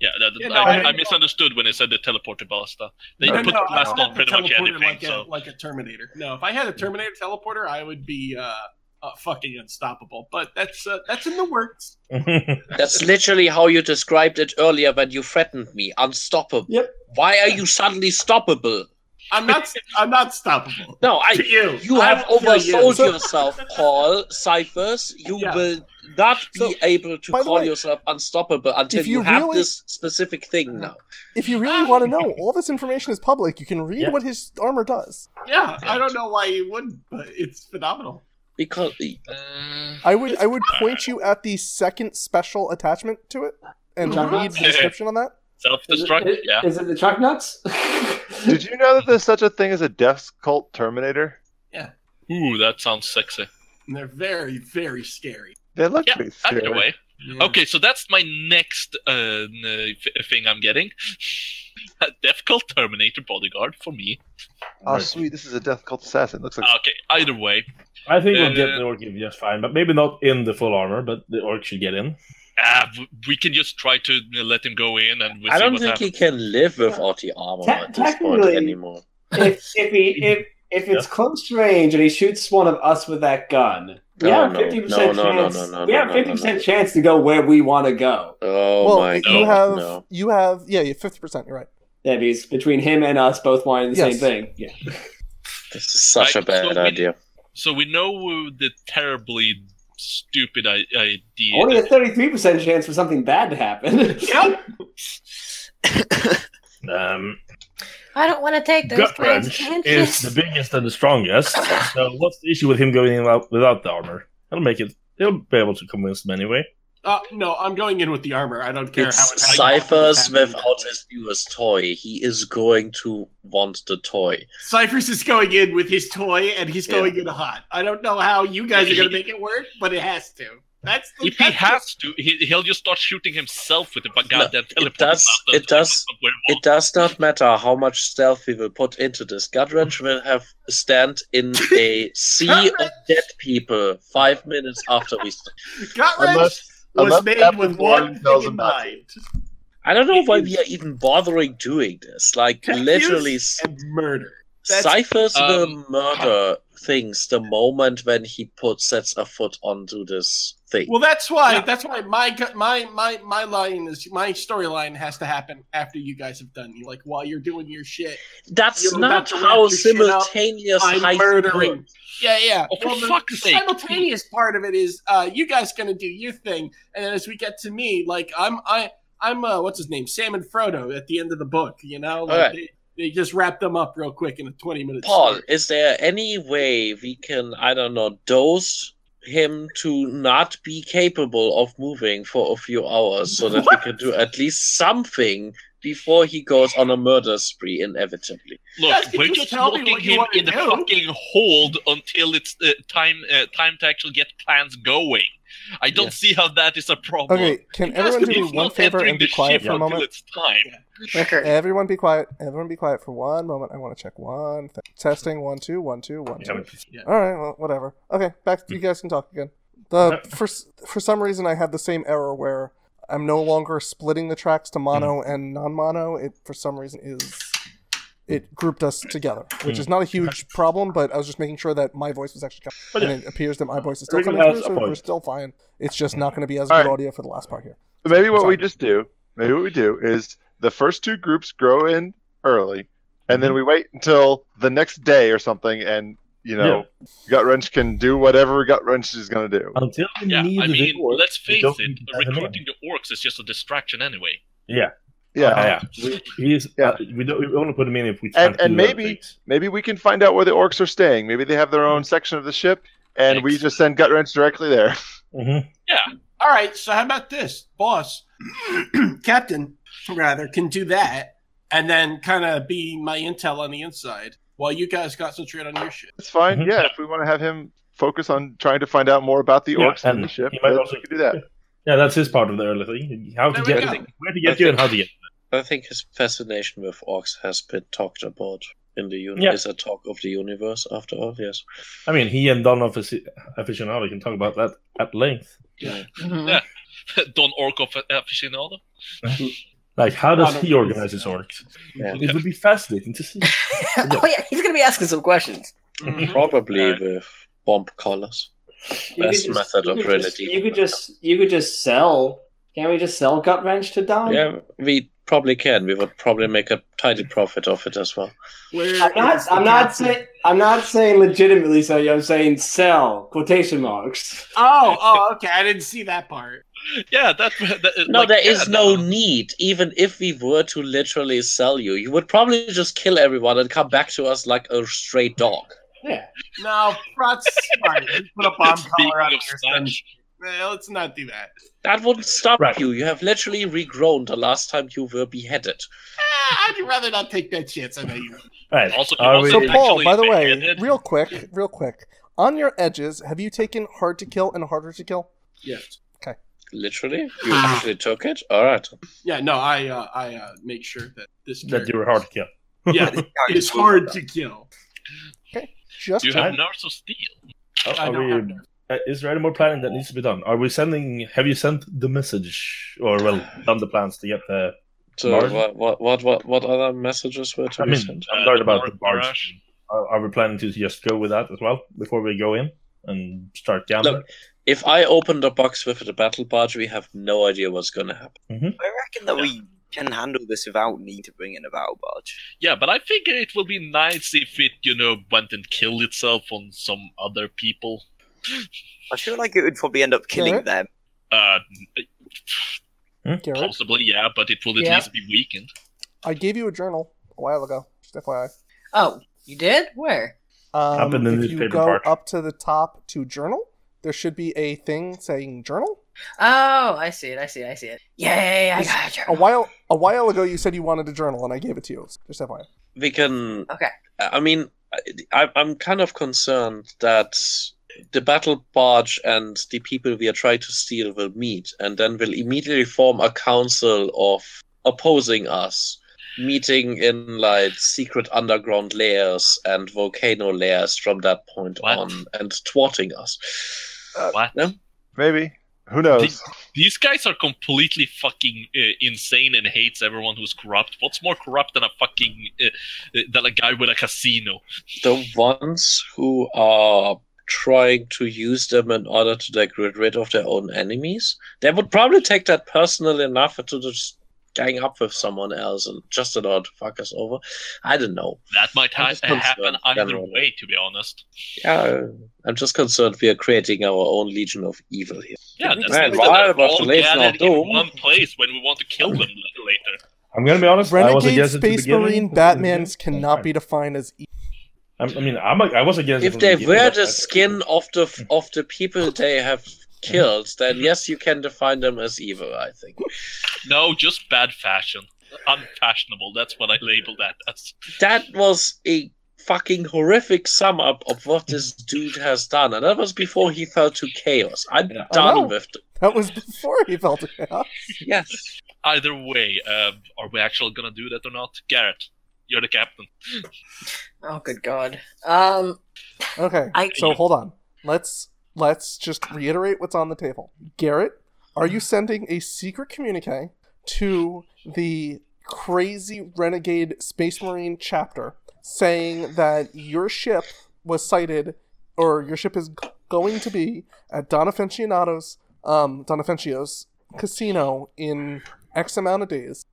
Speaker 8: Yeah, that,
Speaker 2: Yeah, no,
Speaker 8: I,
Speaker 2: I-
Speaker 8: I, misunderstood when they said the teleporter blaster. They
Speaker 2: No,
Speaker 8: put
Speaker 2: no,
Speaker 8: the
Speaker 2: I
Speaker 8: blast
Speaker 2: don't
Speaker 8: on
Speaker 2: have
Speaker 8: pretty
Speaker 2: to
Speaker 8: much
Speaker 2: teleport
Speaker 8: anything.
Speaker 2: like
Speaker 8: so
Speaker 2: a, like a Terminator. No, if I had a Terminator teleporter, I would be uh, uh, fucking unstoppable. But that's uh, that's in the works.
Speaker 5: That's literally how you described it earlier when you threatened me. Unstoppable.
Speaker 10: Yep.
Speaker 5: Why are you suddenly stoppable?
Speaker 2: I'm not. I'm not stoppable.
Speaker 5: No, I.
Speaker 2: To you.
Speaker 5: You
Speaker 2: I
Speaker 5: have
Speaker 2: will kill you.
Speaker 5: oversold
Speaker 2: So-
Speaker 5: yourself, Paul Cyphers. You will not be able to
Speaker 3: by the
Speaker 5: call
Speaker 3: way,
Speaker 5: yourself unstoppable until
Speaker 3: if
Speaker 5: you,
Speaker 3: you
Speaker 5: have
Speaker 3: really-
Speaker 5: this specific thing now.
Speaker 3: If you really want to know, all this information is public. You can read
Speaker 5: Yeah.
Speaker 3: what his armor does.
Speaker 2: Yeah, I don't know why you wouldn't, but it's phenomenal.
Speaker 5: Because
Speaker 8: Uh,
Speaker 3: I would I would point you at the second special attachment to it and
Speaker 10: Mhm.
Speaker 3: read the description on that.
Speaker 8: self-destruct. yeah.
Speaker 10: Is it the truck nuts?
Speaker 6: Did you know that there's such a thing as a death cult Terminator?
Speaker 8: Ooh, that sounds sexy.
Speaker 2: And they're very, very scary.
Speaker 6: They look
Speaker 8: Yeah,
Speaker 6: pretty
Speaker 8: Either
Speaker 6: scary.
Speaker 8: way. Okay, so that's my next uh, n- uh, f- thing I'm getting. A Death Cult Terminator bodyguard for me.
Speaker 6: Oh, sweet! This is a death cult assassin. Looks like
Speaker 8: Okay, either way.
Speaker 7: I think we'll get
Speaker 8: Uh,
Speaker 7: the orc in just fine, but maybe not in the full armor, but the orc should get in.
Speaker 8: Ah, w- we can just try to uh, let him go in and we'll
Speaker 5: I
Speaker 8: see
Speaker 5: don't
Speaker 8: what
Speaker 5: think he
Speaker 8: happens.
Speaker 5: can live without the armor
Speaker 10: Te-
Speaker 5: at this point
Speaker 10: technically-
Speaker 5: anymore.
Speaker 10: if if he if if it's close range and he shoots one of us with that gun, we
Speaker 5: No,
Speaker 10: have
Speaker 5: Oh, no,
Speaker 10: fifty
Speaker 5: no,
Speaker 10: percent
Speaker 5: no, no,
Speaker 10: chance.
Speaker 5: no, no,
Speaker 10: we
Speaker 5: no,
Speaker 10: have
Speaker 5: no, no,
Speaker 10: fifty percent chance to go where we want to go.
Speaker 5: Oh
Speaker 3: well,
Speaker 5: my
Speaker 3: you
Speaker 5: god.
Speaker 3: have
Speaker 5: no.
Speaker 3: you have yeah, you fifty percent. You're right.
Speaker 10: Yeah, because between him and us, both wanting the
Speaker 3: Yes.
Speaker 10: same thing. Yeah.
Speaker 5: This is such a
Speaker 8: Right, so
Speaker 5: bad
Speaker 8: we-
Speaker 5: idea.
Speaker 8: So we know uh, the terribly stupid I- idea.
Speaker 10: Only a thirty-three percent chance for something bad to happen.
Speaker 2: Yep.
Speaker 7: Um,
Speaker 12: I don't want to take those
Speaker 7: gut
Speaker 12: kinds of
Speaker 7: wrench is the
Speaker 12: chances.
Speaker 7: biggest and the strongest. so what's the issue with him going in without, without the armor? He'll make it. He'll be able to convince them anyway.
Speaker 2: Uh, no, I'm going in with the armor. I don't care how it
Speaker 5: It's Cyphers without his newest toy. He is going to want the toy.
Speaker 2: Cyphers is going in with his toy, and he's
Speaker 5: Yeah.
Speaker 2: going in hot. I don't know how you guys are going to make it work, but it has to. That's the,
Speaker 8: If he has to, he, he'll just start shooting himself with the bu- goddamn
Speaker 5: It
Speaker 8: teleport.
Speaker 5: does.
Speaker 8: blaster
Speaker 5: It does.
Speaker 8: where-
Speaker 5: It does not matter how much stealth we will put into this. Gudwrench will have stand in a sea of dead people five minutes after we. St-
Speaker 2: gut wrench
Speaker 6: Unless-
Speaker 2: was
Speaker 6: unless
Speaker 2: made
Speaker 6: Captain
Speaker 2: with
Speaker 6: Warren
Speaker 2: one
Speaker 6: tells
Speaker 2: thing in
Speaker 6: him not
Speaker 2: mind.
Speaker 5: I don't know why we are even bothering doing this. Like
Speaker 2: Confuse
Speaker 5: literally, s-
Speaker 2: and murder. That's-
Speaker 5: Cyphers
Speaker 8: um,
Speaker 5: will murder things the moment when he puts sets a foot onto this thing.
Speaker 2: Well, that's why. That's why my gu- my my my line is my storyline has to happen after you guys have done. Like while you're doing your shit,
Speaker 5: That's
Speaker 2: you're
Speaker 5: not
Speaker 2: about to wrap
Speaker 5: how
Speaker 2: your shit up.
Speaker 5: simultaneous
Speaker 2: I'm
Speaker 5: heists
Speaker 2: murdering.
Speaker 5: work.
Speaker 2: Yeah, yeah.
Speaker 8: Oh, for
Speaker 2: the-
Speaker 8: fuck's
Speaker 2: the
Speaker 8: sake.
Speaker 2: simultaneous part of it is uh, you guys gonna do your thing, and then as we get to me, like I'm I I'm uh, what's his name, Sam and Frodo at the end of the book. You know, like
Speaker 5: Alright.
Speaker 2: they, they just wrap them up real quick in a twenty minute.
Speaker 5: Paul,
Speaker 2: story.
Speaker 5: is there any way we can, I don't know, dose him to not be capable of moving for a few hours so that we can do at least something before he goes on a murder spree inevitably?
Speaker 8: Look,
Speaker 2: Yes, you
Speaker 8: we're
Speaker 2: just
Speaker 8: just
Speaker 2: tell me
Speaker 8: locking
Speaker 2: what you
Speaker 8: him
Speaker 2: wanna
Speaker 8: in the
Speaker 2: do.
Speaker 8: fucking hold until it's uh, time uh, time to actually get plans going. I don't see how that is a problem.
Speaker 3: Okay, can
Speaker 8: He's
Speaker 3: everyone do me
Speaker 8: not
Speaker 3: one favor
Speaker 8: entering
Speaker 3: and be
Speaker 8: the
Speaker 3: quiet
Speaker 8: ship
Speaker 3: for a
Speaker 8: until
Speaker 3: moment?
Speaker 8: It's time.
Speaker 3: Everyone be quiet. Everyone be quiet for one moment. I want to check one thing. Testing one two one two one two.
Speaker 2: Yeah.
Speaker 3: All right, well, whatever. Okay, back you guys can talk again. The for s- for some reason I had the same error where I'm no longer splitting the tracks to mono and non-mono. It for some reason is it grouped us together, which is not a huge problem. But I was just making sure that my voice was actually
Speaker 7: But
Speaker 3: coming, and it appears that my voice is still
Speaker 7: Everyone
Speaker 3: coming through.
Speaker 7: has a
Speaker 3: So
Speaker 7: point.
Speaker 3: we're still fine. It's just not going to be as
Speaker 6: All
Speaker 3: good
Speaker 6: right.
Speaker 3: audio for the last part here.
Speaker 6: But maybe what we just do, maybe what we do is the first two groups grow in early, and then we wait until the next day or something, and you know, Gut Wrench can do whatever Gut Wrench is going to do.
Speaker 7: Until we
Speaker 8: Yeah,
Speaker 7: need
Speaker 8: I
Speaker 7: the
Speaker 8: mean,
Speaker 7: orc,
Speaker 8: let's
Speaker 7: we
Speaker 8: face
Speaker 7: don't
Speaker 8: it,
Speaker 7: need to have him in.
Speaker 8: recruiting the orcs is just a distraction anyway.
Speaker 7: Yeah.
Speaker 6: Yeah.
Speaker 7: yeah. We, he's, yeah. we, don't, we only put him in if we
Speaker 6: and
Speaker 7: can't
Speaker 6: and
Speaker 7: do that.
Speaker 6: maybe maybe we can find out where the orcs are staying. Maybe they have their own section of the ship, and we just send gut wrench directly there.
Speaker 2: Yeah. All right. So how about this, boss, captain, rather, can do that, and then kind of be my intel on the inside while you guys concentrate on your shit.
Speaker 6: That's fine.
Speaker 7: Mm-hmm.
Speaker 6: Yeah, if we want to have him focus on trying to find out more about the
Speaker 7: Yeah,
Speaker 6: orcs and
Speaker 7: and
Speaker 6: the ship,
Speaker 7: he might
Speaker 6: then
Speaker 7: also-
Speaker 6: we can do that.
Speaker 7: Yeah, that's his part of the early thing. How to
Speaker 5: There we
Speaker 7: get
Speaker 5: go.
Speaker 7: where to get you and how to get.
Speaker 5: I think his fascination with orcs has been talked about in the universe.
Speaker 7: Yeah.
Speaker 5: Is a talk of the universe after all? Yes.
Speaker 7: I mean, he and Don Afici- aficionado can talk about that at length.
Speaker 5: Yeah.
Speaker 8: Yeah. Don Orco uh, aficionado.
Speaker 7: Like, how does
Speaker 8: Don
Speaker 7: he organize his orcs?
Speaker 5: Yeah.
Speaker 7: It would be fascinating to see.
Speaker 4: oh yeah, he's gonna be asking some questions.
Speaker 7: Mm-hmm.
Speaker 5: Probably with bomb collars.
Speaker 10: You could
Speaker 5: Best
Speaker 10: just-
Speaker 5: method
Speaker 10: you
Speaker 5: of
Speaker 10: could
Speaker 5: really
Speaker 10: just-
Speaker 5: deep
Speaker 10: You could just you could just sell. Can't we just sell gut wrench to Don?
Speaker 5: Yeah, we probably can. We would probably make a tidy profit of it as well.
Speaker 10: I'm not. I'm not saying. I'm not saying legitimately. So I'm saying sell quotation marks.
Speaker 2: Oh, oh, okay. I didn't see that part.
Speaker 8: Yeah, that.
Speaker 5: No, there is no need. Even if we were to literally sell you, you would probably just kill everyone and come back to us like a stray dog.
Speaker 10: Yeah.
Speaker 2: No, Prot's smart. He put a bomb
Speaker 5: Speaking
Speaker 2: collar on
Speaker 5: of
Speaker 2: your son. Eh, Let's not do that.
Speaker 5: That wouldn't stop you. You have literally regrown the last time you were beheaded.
Speaker 2: Ah, I'd rather not take that chance. I know you.
Speaker 7: Right.
Speaker 5: Also,
Speaker 3: so Paul, by the way, real quick, real quick, on your edges, have you taken hard to kill and harder to kill?
Speaker 2: Yes.
Speaker 3: Okay.
Speaker 5: Literally? You
Speaker 3: Ah.
Speaker 5: actually took it? All right.
Speaker 2: Yeah. No, I uh, I uh, make sure that this.
Speaker 7: that you were hard to kill.
Speaker 2: Yeah, it's hard to kill.
Speaker 3: Okay. Just
Speaker 8: You have nerves of steel.
Speaker 7: Oh,
Speaker 8: I
Speaker 7: are
Speaker 8: don't
Speaker 7: we, uh, is there any more planning that needs to be done? Are we sending? Have you sent the message, or well, done the plans to get the?
Speaker 5: So
Speaker 7: barge?
Speaker 5: what, what what what what other messages were to
Speaker 7: I
Speaker 5: be
Speaker 7: mean,
Speaker 5: sent?
Speaker 7: I'm worried about the barge. Are, are we planning to just go with that as well before we go in and start gambling?
Speaker 5: Look, if I open the box with the battle barge, we have no idea what's going to happen.
Speaker 7: Mm-hmm.
Speaker 9: reckon that we can handle this without need to bring in a battle barge.
Speaker 8: Yeah, but I figure it will be nice if it, you know, went and killed itself on some other people.
Speaker 9: I feel like it would probably end up killing them.
Speaker 8: Garrett? Uh,
Speaker 7: Hmm?
Speaker 8: possibly, yeah, but it will at
Speaker 3: Yeah.
Speaker 8: least be weakened.
Speaker 3: I gave you a journal a while ago. Just FYI.
Speaker 4: Oh, you did? Where?
Speaker 3: Um,
Speaker 7: Up in the
Speaker 3: if you
Speaker 7: newspaper
Speaker 3: go
Speaker 7: part.
Speaker 3: up to the top to journal, there should be a thing saying journal.
Speaker 4: Oh, I see it. I see it. I see it. Yay! I got a
Speaker 3: A
Speaker 4: journal.
Speaker 3: while a while ago, you said you wanted a journal, and I gave it to you. Just FYI.
Speaker 5: We can.
Speaker 4: Okay.
Speaker 5: I mean, I, I'm kind of concerned that the battle barge and the people we are trying to steal will meet, and then will immediately form a council of opposing us, meeting in like secret underground layers and volcano layers from that point on, and thwarting us.
Speaker 8: what?
Speaker 6: Maybe. Who knows?
Speaker 8: These guys are completely fucking uh, insane and hates everyone who's corrupt. What's more corrupt than a fucking uh, uh, than a guy with a casino?
Speaker 5: the ones who are trying to use them in order to like get rid of their own enemies, they would probably take that personal enough to just gang up with someone else and just in order to fuck us over. I don't know.
Speaker 8: That might
Speaker 5: I'm
Speaker 8: ha-
Speaker 5: just
Speaker 8: happen
Speaker 5: concerned,
Speaker 8: either
Speaker 5: generally.
Speaker 8: way, to be honest.
Speaker 5: Yeah, I'm just concerned we are creating our own legion of evil here.
Speaker 8: Yeah, that's
Speaker 5: Man,
Speaker 8: that
Speaker 5: why was
Speaker 8: are
Speaker 5: the
Speaker 8: all
Speaker 5: legion of
Speaker 8: gathered in
Speaker 5: doom?
Speaker 8: one place when we want to kill them l- later.
Speaker 7: I'm gonna be honest. I was
Speaker 3: Renegade
Speaker 7: against it at the
Speaker 3: Space
Speaker 7: beginning.
Speaker 3: Marine Batmans cannot be defined as. E-
Speaker 7: I, I mean, I'm, I was against. it
Speaker 5: If
Speaker 7: from
Speaker 5: they
Speaker 7: beginning,
Speaker 5: wear
Speaker 7: but I-
Speaker 5: the skin of the of the people they have killed, then yes, you can define them as evil. I think.
Speaker 8: No, just bad fashion. Unfashionable. That's what I label that as.
Speaker 5: that was a fucking horrific sum up of what this dude has done, and that was before he fell to chaos. I'm
Speaker 3: I know.
Speaker 5: done with it.
Speaker 3: That was before he felt it. out.
Speaker 5: Yes.
Speaker 8: Either way, um, are we actually gonna do that or not, Garrett? You're the captain.
Speaker 4: Oh, good god. Um.
Speaker 3: Okay,
Speaker 4: I-
Speaker 3: so hold on. Let's let's just reiterate what's on the table. Garrett, are you sending a secret communique to the crazy renegade space marine chapter saying that your ship was sighted or your ship is g- going to be at Donafenciano's um Donafencio's casino in X amount of days?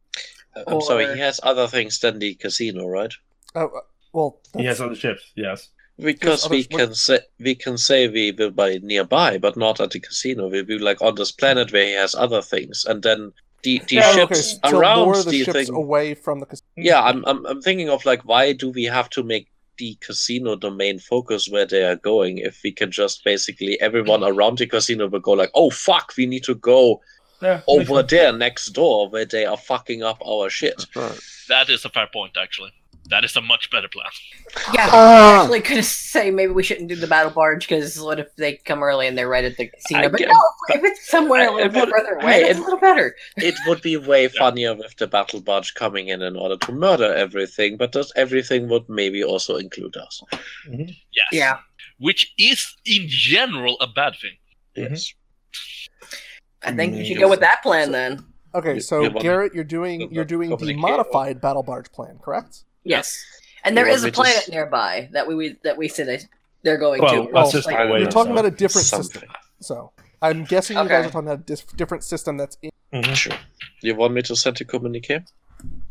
Speaker 5: I'm sorry,
Speaker 3: Or-
Speaker 5: he has other things than the casino, right?
Speaker 3: Uh, well,
Speaker 7: He
Speaker 3: that's-
Speaker 7: has other ships. Yes.
Speaker 5: Because we
Speaker 3: others would-
Speaker 5: can say we can say we will be nearby, but not at the casino. We'll be like on this planet where he has other things, and then the, the
Speaker 3: Yeah, okay,
Speaker 5: ships
Speaker 3: so to
Speaker 5: around
Speaker 3: lure the
Speaker 5: the
Speaker 3: ships
Speaker 5: thing.
Speaker 3: away from the casino.
Speaker 5: Yeah, I'm, I'm I'm thinking of like why do we have to make the casino the main focus where they are going if we can just basically everyone around the casino will go like, oh fuck, we need to go
Speaker 7: Yeah, makes
Speaker 5: over
Speaker 7: sense.
Speaker 5: there next door where they are fucking up our shit.
Speaker 8: That is a fair point, actually. That is a much better plan.
Speaker 4: Yeah,
Speaker 5: Ah.
Speaker 3: Uh,
Speaker 4: I was actually gonna say maybe we shouldn't do the battle barge because what if they come early and they're right at the casino?
Speaker 5: I
Speaker 4: but
Speaker 5: get-
Speaker 4: no, if it's somewhere a little
Speaker 5: it
Speaker 4: bit
Speaker 5: would-
Speaker 4: further away,
Speaker 5: hey,
Speaker 4: it's a
Speaker 5: it-
Speaker 4: little better.
Speaker 5: It would be way funnier with the battle barge coming in in order to murder everything, but that everything would maybe also include us.
Speaker 7: Mm-hmm.
Speaker 8: Yes. Yeah. Which is in general a bad thing.
Speaker 5: Yes.
Speaker 4: I
Speaker 5: Mm,
Speaker 4: think you should go with that plan then.
Speaker 3: Okay, so Garrett, you're doing you're doing the modified battle barge plan, correct?
Speaker 4: Yes, and there
Speaker 3: You
Speaker 4: is
Speaker 3: want
Speaker 4: a
Speaker 3: me to
Speaker 4: planet
Speaker 3: s-
Speaker 4: nearby that we- we that we said they- they're going to.
Speaker 3: you're talking about a different
Speaker 5: Something.
Speaker 3: system. So I'm guessing you guys
Speaker 4: Okay.
Speaker 3: are talking about a dis- different system that's in.
Speaker 5: Sure. You want me to send a communique?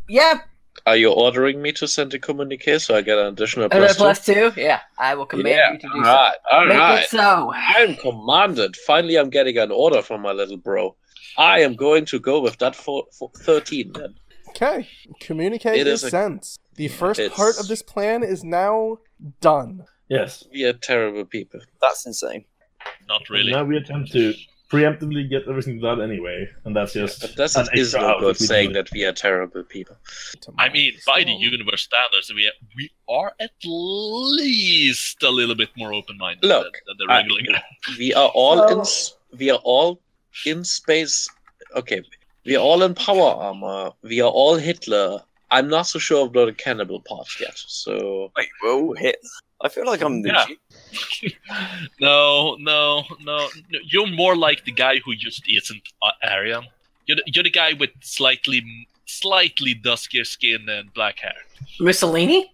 Speaker 4: Yeah,
Speaker 5: Are you ordering me to send a communique so I get an additional
Speaker 4: and
Speaker 5: plus,
Speaker 4: a plus two. Yeah, I will command
Speaker 5: Yeah,
Speaker 4: you to do
Speaker 5: alright,
Speaker 4: so. Make
Speaker 5: alright.
Speaker 4: it so.
Speaker 5: I'm commanded. Finally, I'm getting an order from my little bro. I am going to go with that for, for 13 then.
Speaker 3: Okay, communicate
Speaker 5: It
Speaker 3: is
Speaker 5: is a-
Speaker 3: sense. The first
Speaker 5: It's-
Speaker 3: part of this plan is now done.
Speaker 7: Yes.
Speaker 5: We are terrible people.
Speaker 9: That's insane.
Speaker 8: Not
Speaker 7: really. Now we attempt to preemptively get everything done anyway, and that's just
Speaker 5: That's
Speaker 7: an
Speaker 5: it is
Speaker 7: extra
Speaker 5: no
Speaker 7: hour
Speaker 5: good
Speaker 7: if we do
Speaker 5: saying
Speaker 7: it.
Speaker 5: that we are terrible people.
Speaker 8: I mean, by the universe standards, we are, we are at least a little bit more open-minded
Speaker 5: Look,
Speaker 8: than, than the
Speaker 5: I-
Speaker 8: regular guy.
Speaker 5: We are all in.
Speaker 8: So-
Speaker 5: s- We are all in space. Okay, we are all in power armor. We are all Hitler. I'm not so sure about the cannibal part yet. So
Speaker 9: wait, whoa, Hitler! I feel like I'm the
Speaker 8: Yeah.
Speaker 9: Jew.
Speaker 8: No, no, no, no. You're more like the guy who just isn't uh, Aryan. You're the, you're the guy with slightly slightly duskier skin and black hair.
Speaker 4: Mussolini.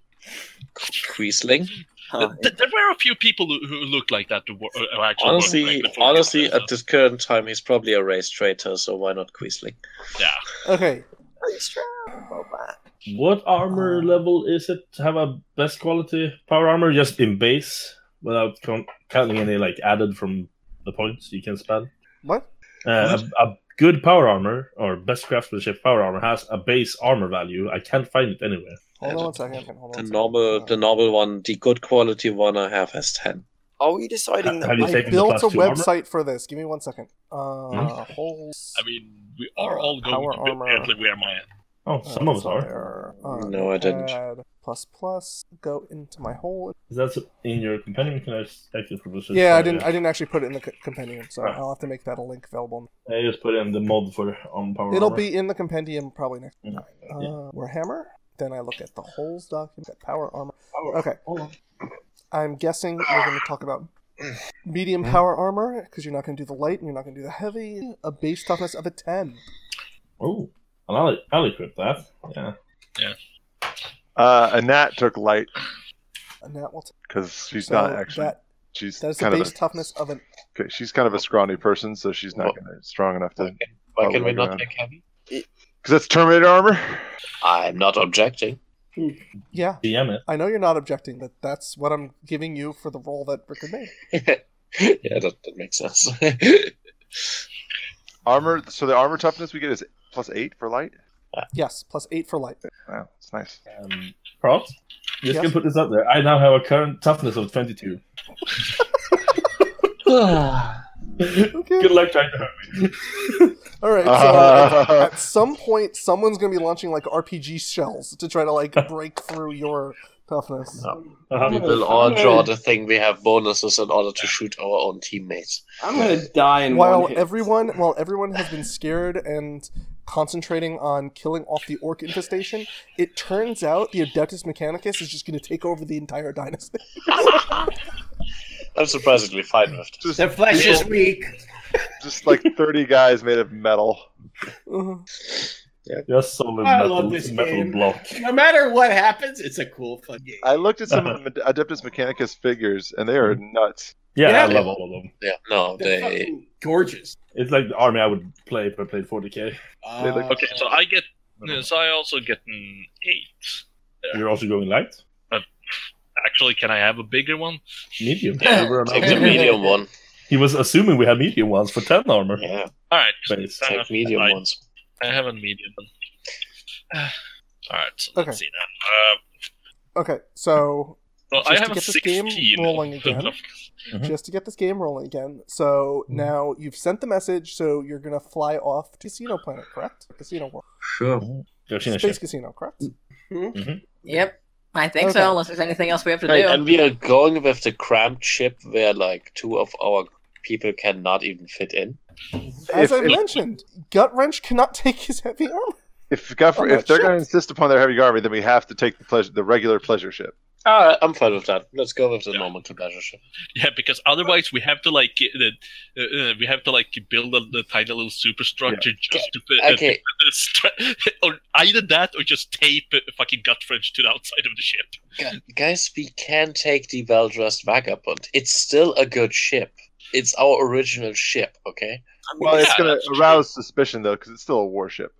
Speaker 5: Quisling.
Speaker 8: Th- there were a few people who, who looked like that. Who were, who actually were
Speaker 5: Honestly, honestly, at this current time, he's probably a race traitor. So why not Quisling?
Speaker 8: Yeah.
Speaker 3: Okay.
Speaker 7: What armor level is it to have a best quality power armor just in base without count- counting any like added from the points you can spend?
Speaker 3: What?
Speaker 7: Uh, a, a good power armor or best craftsmanship power armor has a base armor value. I can't find it anywhere.
Speaker 3: Hold on one second. Hold
Speaker 5: The
Speaker 3: on.
Speaker 5: normal, the normal one, the good quality one I have has ten.
Speaker 9: Are we deciding that?
Speaker 5: Have you
Speaker 3: I
Speaker 5: taken the
Speaker 3: built
Speaker 5: class
Speaker 3: a
Speaker 5: two armor?
Speaker 3: website for this. Give me one second. Uh, whole.
Speaker 8: Hmm? I mean, we are all going
Speaker 3: Power
Speaker 8: to be-
Speaker 3: armor.
Speaker 8: apparently wear my
Speaker 7: Oh,
Speaker 3: Uh,
Speaker 7: some of us
Speaker 3: it's
Speaker 7: are.
Speaker 3: on there. Uh,
Speaker 5: No, I didn't.
Speaker 3: add Plus plus. Go into my whole.
Speaker 7: Is that in your companion? Can I check it for research?
Speaker 3: Yeah, I
Speaker 7: Sorry,
Speaker 3: didn't. I didn't actually put it in the c- compendium, so
Speaker 5: Ah.
Speaker 7: Right.
Speaker 3: I'll have to make that a link available.
Speaker 7: I just put in the mod for um power
Speaker 3: It'll
Speaker 7: armor.
Speaker 3: be in the compendium probably next
Speaker 7: time.
Speaker 3: Uh, Warhammer. Then I look at the holes document, the power armor.
Speaker 7: Power-
Speaker 3: okay. I'm guessing we're going to talk about medium
Speaker 7: Hmm?
Speaker 3: power armor because you're not going to do the light and you're not going to do the heavy. A base toughness of a ten.
Speaker 7: Oh, and I'll, I'll equip that. Yeah.
Speaker 8: Yeah.
Speaker 6: Uh, Anat took light
Speaker 3: And that will. T-
Speaker 6: because she's
Speaker 3: So
Speaker 6: not actually.
Speaker 3: that-
Speaker 6: she's
Speaker 3: that is the
Speaker 6: kind of
Speaker 3: base
Speaker 6: a,
Speaker 3: toughness of an.
Speaker 6: okay, she's kind of a scrawny person, so she's not gonna, strong enough to.
Speaker 5: Why can we not make heavy?
Speaker 6: Because that's Terminator armor.
Speaker 5: I'm not objecting.
Speaker 3: Yeah.
Speaker 7: DM it.
Speaker 3: I know you're not objecting, but that's what I'm giving you for the role that Rickard made.
Speaker 5: yeah, that, that makes sense.
Speaker 6: Armor. So the armor toughness we get is plus eight for light.
Speaker 3: Yes, plus eight for light.
Speaker 6: Wow, it's nice.
Speaker 7: Um, Props. Just
Speaker 3: Yes.
Speaker 7: gonna put this out there. I now have a current toughness of 22. Good luck trying to hurt me.
Speaker 3: All right. So at,
Speaker 7: Uh.
Speaker 3: at some point, someone's going to be launching like RPG shells to try to like break through your toughness. Uh-huh.
Speaker 5: we will Uh-huh. all draw the thing. We have bonuses in order to shoot our own teammates.
Speaker 10: I'm gonna die in
Speaker 3: while
Speaker 10: one hit.
Speaker 3: everyone while everyone has been scared and concentrating on killing off the orc infestation, it turns out the Adeptus Mechanicus is just going to take over the entire dynasty.
Speaker 5: I'm surprisingly fine with
Speaker 6: this.
Speaker 5: The
Speaker 6: flesh is
Speaker 10: weak.
Speaker 6: Just like thirty guys made of metal.
Speaker 7: Just solid
Speaker 2: I love this game. No matter what happens, it's a cool, fun game.
Speaker 6: I looked at some of the Adeptus Mechanicus figures, and they are nuts.
Speaker 7: Yeah, I love all of them.
Speaker 5: Yeah, no,
Speaker 6: They're
Speaker 5: they.
Speaker 2: Gorgeous.
Speaker 7: It's like the army I would play if I played 40k.
Speaker 8: Ah, okay, so I get, so I also get an eight.
Speaker 7: You're also going light?
Speaker 8: Actually, can I have a bigger one?
Speaker 7: Medium.
Speaker 8: Yeah,
Speaker 7: We were
Speaker 8: take
Speaker 7: allowed-
Speaker 8: the medium one.
Speaker 7: He was assuming we had medium ones for 10 armor.
Speaker 5: Yeah.
Speaker 8: All right,
Speaker 7: Base.
Speaker 8: fair enough.
Speaker 5: medium
Speaker 8: I-
Speaker 5: ones.
Speaker 8: I haven't medium. Alright, so
Speaker 3: Okay.
Speaker 8: let's see now. Uh,
Speaker 3: Okay, so
Speaker 8: Well,
Speaker 3: just
Speaker 8: I
Speaker 3: to
Speaker 8: have a
Speaker 3: get this game
Speaker 8: 16.
Speaker 3: rolling again,
Speaker 7: Mm-hmm.
Speaker 8: Mhm.
Speaker 3: just to get this game rolling again. So now you've sent the message, so you're gonna fly off to Casino Planet, correct? Casino World,
Speaker 7: Sure.
Speaker 3: Space Casino, correct?
Speaker 4: Yep. I think
Speaker 3: Okay.
Speaker 4: so, unless there's anything else we have to
Speaker 5: Right,
Speaker 4: do.
Speaker 5: and we are going with the cramped ship where like two of our people cannot even fit in.
Speaker 3: As I mentioned, Gut Wrench cannot take his heavy armor.
Speaker 6: If Guff-
Speaker 3: Oh, no,
Speaker 6: if they're
Speaker 3: shit.
Speaker 6: going to insist upon their heavy armor, then we have to take the pleasure, the regular pleasure ship.
Speaker 5: Ah, I'm fine with that. Let's go with the normal pleasure ship.
Speaker 8: Yeah, because otherwise we have to like get the- uh, uh, we have to like build a, the tiny little superstructure just to fit- uh,
Speaker 5: Okay.
Speaker 8: fit- stra- or either that or just tape a fucking gut wrench to the outside of the ship.
Speaker 5: Gu- Guys, we can take the well-dressed vagabond. It's still a good ship. It's our original ship, okay?
Speaker 6: Well, it's going to arouse suspicion though, because it's still a warship.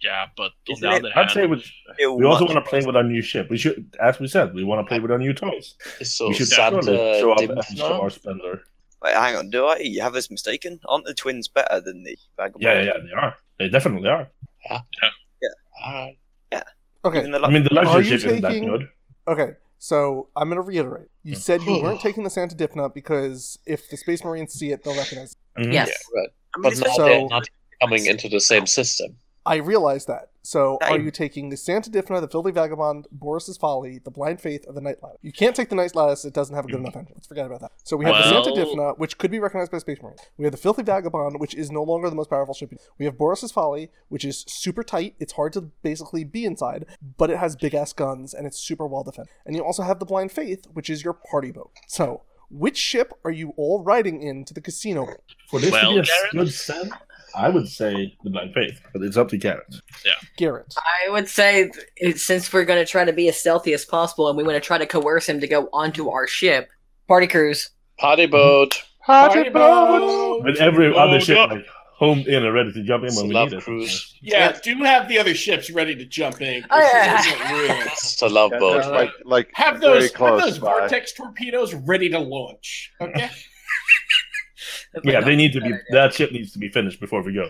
Speaker 8: Yeah, but on
Speaker 7: I'd
Speaker 8: the other hand,
Speaker 7: say we, we also want to play with our new ship. We should, as we said, we want to play with our new toys.
Speaker 5: So uh,
Speaker 7: we should
Speaker 9: Santa
Speaker 7: surely show up
Speaker 9: Dimna?
Speaker 7: and show our splendor.
Speaker 9: Wait, hang on. Do I have us mistaken? Aren't the twins better than the vagabond?
Speaker 7: Yeah, yeah, yeah, they are. They definitely are.
Speaker 5: Yeah.
Speaker 9: Yeah. Yeah.
Speaker 3: Okay.
Speaker 9: Even the
Speaker 7: I mean, the
Speaker 3: Are
Speaker 7: luxury
Speaker 3: you
Speaker 7: ship isn't that
Speaker 3: taking-
Speaker 7: good. Mm.
Speaker 3: Okay, so I'm gonna reiterate. You said you weren't taking the Santa Dipna because if the Space Marines see it, they'll recognize. It.
Speaker 7: Mm-hmm.
Speaker 5: Yeah, right.
Speaker 3: I mean,
Speaker 5: but
Speaker 3: it's
Speaker 5: now
Speaker 3: so-
Speaker 5: they're not coming into the same system.
Speaker 3: I realize that. So,
Speaker 5: I-
Speaker 3: are you taking the Santa Dipna, the Filthy Vagabond, Boris's Folly, the Blind Faith, or the Night Lattice? You can't take the Night Lattice; it doesn't have a good enough engine. Let's forget about that. So we have the Santa
Speaker 2: Well-
Speaker 3: Dipna, which could be recognized by Space Marines. We have the Filthy Vagabond, which is no longer the most powerful ship. We have Boris's Folly, which is super tight; it's hard to basically be inside, but it has big ass guns and it's super well defended. And you also have the Blind Faith, which is your party boat. So, which ship are you all riding in to the casino?
Speaker 7: For this to be a good set, I would say the Blind Faith, but it's up to Garrett.
Speaker 8: Yeah.
Speaker 3: Garrett.
Speaker 4: I would say th- since we're going to try to be as stealthy as possible and we want to try to coerce him to go onto our ship, party cruise.
Speaker 5: Party boat.
Speaker 6: Party
Speaker 2: boat.
Speaker 7: With every
Speaker 2: Oh,
Speaker 7: other ship
Speaker 2: yeah.
Speaker 7: like homed in and ready to jump in when we need it.
Speaker 2: Yeah, do have the other ships ready to jump in. 'cause
Speaker 4: Oh, yeah.
Speaker 2: this isn't real.
Speaker 5: It's a love
Speaker 6: Yeah,
Speaker 5: boat.
Speaker 6: they're like- like
Speaker 2: Have
Speaker 6: very
Speaker 2: those,
Speaker 6: close
Speaker 2: have those
Speaker 6: by.
Speaker 2: vortex torpedoes ready to launch. Okay.
Speaker 7: Yeah, they need to be. That ship needs to be finished before we go.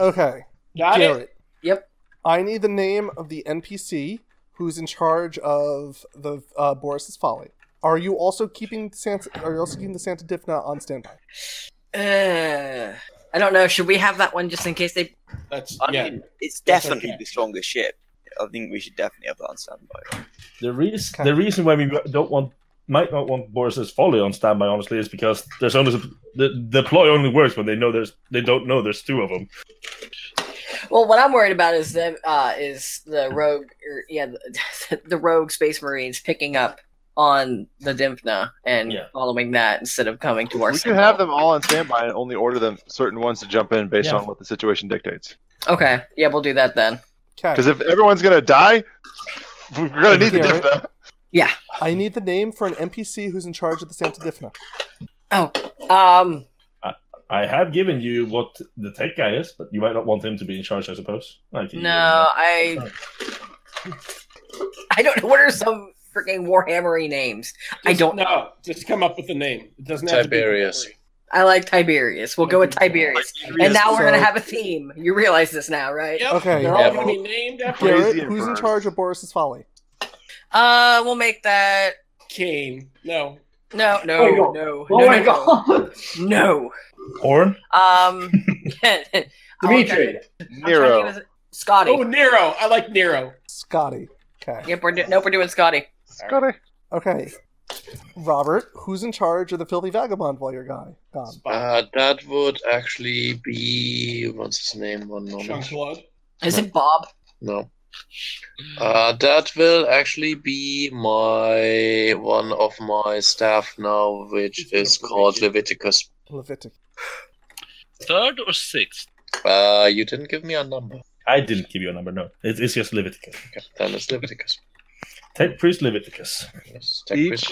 Speaker 3: Okay.
Speaker 2: Got
Speaker 3: Garrett.
Speaker 4: Yep.
Speaker 3: I need the name of the NPC who's in charge of the uh, Boris's folly. Are you also keeping Santa? Are you also keeping the Santa Dipna on standby?
Speaker 4: Uh, I don't know. Should we have that one just in case they?
Speaker 2: That's
Speaker 9: I mean, it's definitely the stronger ship. I think we should definitely have that on standby.
Speaker 7: The reason the reason why we don't want might not want Boris's folly on standby, honestly, is because there's only the, the ploy only works when they know there's they don't know there's two of them.
Speaker 4: Well, what I'm worried about is them. Uh, is the rogue? Or, yeah, the, the rogue space marines picking up on the Dimphna and following that instead of coming to our.
Speaker 6: We
Speaker 4: ship.
Speaker 6: can have them all on standby and only order them certain ones to jump in based
Speaker 4: Yeah.
Speaker 6: on what the situation dictates.
Speaker 4: Okay. Yeah, we'll do that then.
Speaker 6: Because if everyone's going to die, we're going to need the Dipna.
Speaker 4: Yeah.
Speaker 3: I need the name for an NPC who's in charge of the Santa Dipna.
Speaker 4: Oh, um,
Speaker 7: I have given you what the tech guy is, but you might not want him to be in charge, I suppose. Like,
Speaker 4: No, I. I don't know. What are some freaking Warhammery names? I don't know.
Speaker 2: Just come up with a name. It doesn't have
Speaker 5: Tiberius.
Speaker 4: I like Tiberius. We'll go with Tiberius. And now we're going
Speaker 3: So-
Speaker 4: to have a theme. You realize this now, right?
Speaker 3: Okay. Garrett, who's in charge of Boris's folly?
Speaker 4: Uh, we'll make that.
Speaker 2: Kane. No.
Speaker 4: No, no,
Speaker 2: Oh, no.
Speaker 4: no.
Speaker 2: Oh
Speaker 4: no,
Speaker 2: my
Speaker 4: no, no. No.
Speaker 7: Horn.
Speaker 4: Um, Dimitri.
Speaker 6: Nero.
Speaker 4: Scotty.
Speaker 2: Oh, Nero. I like Nero.
Speaker 3: Scotty. Okay.
Speaker 4: Yep, we're do- nope, we're doing Scotty.
Speaker 6: Scotty.
Speaker 3: Okay. Robert, who's in charge of the Filthy Vagabond while you're gone? Gone.
Speaker 5: Uh, that would actually be what's his name? One moment.
Speaker 4: Is it Bob?
Speaker 5: No. Uh, that will actually be my one of my staff now, which is called Leviticus.
Speaker 3: Levitic.
Speaker 8: Third or sixth?
Speaker 5: Uh, you didn't give me a number.
Speaker 7: I didn't give you a number. No, it, it's just Leviticus.
Speaker 5: Then it's Leviticus.
Speaker 7: Tech priest Leviticus.
Speaker 6: Each,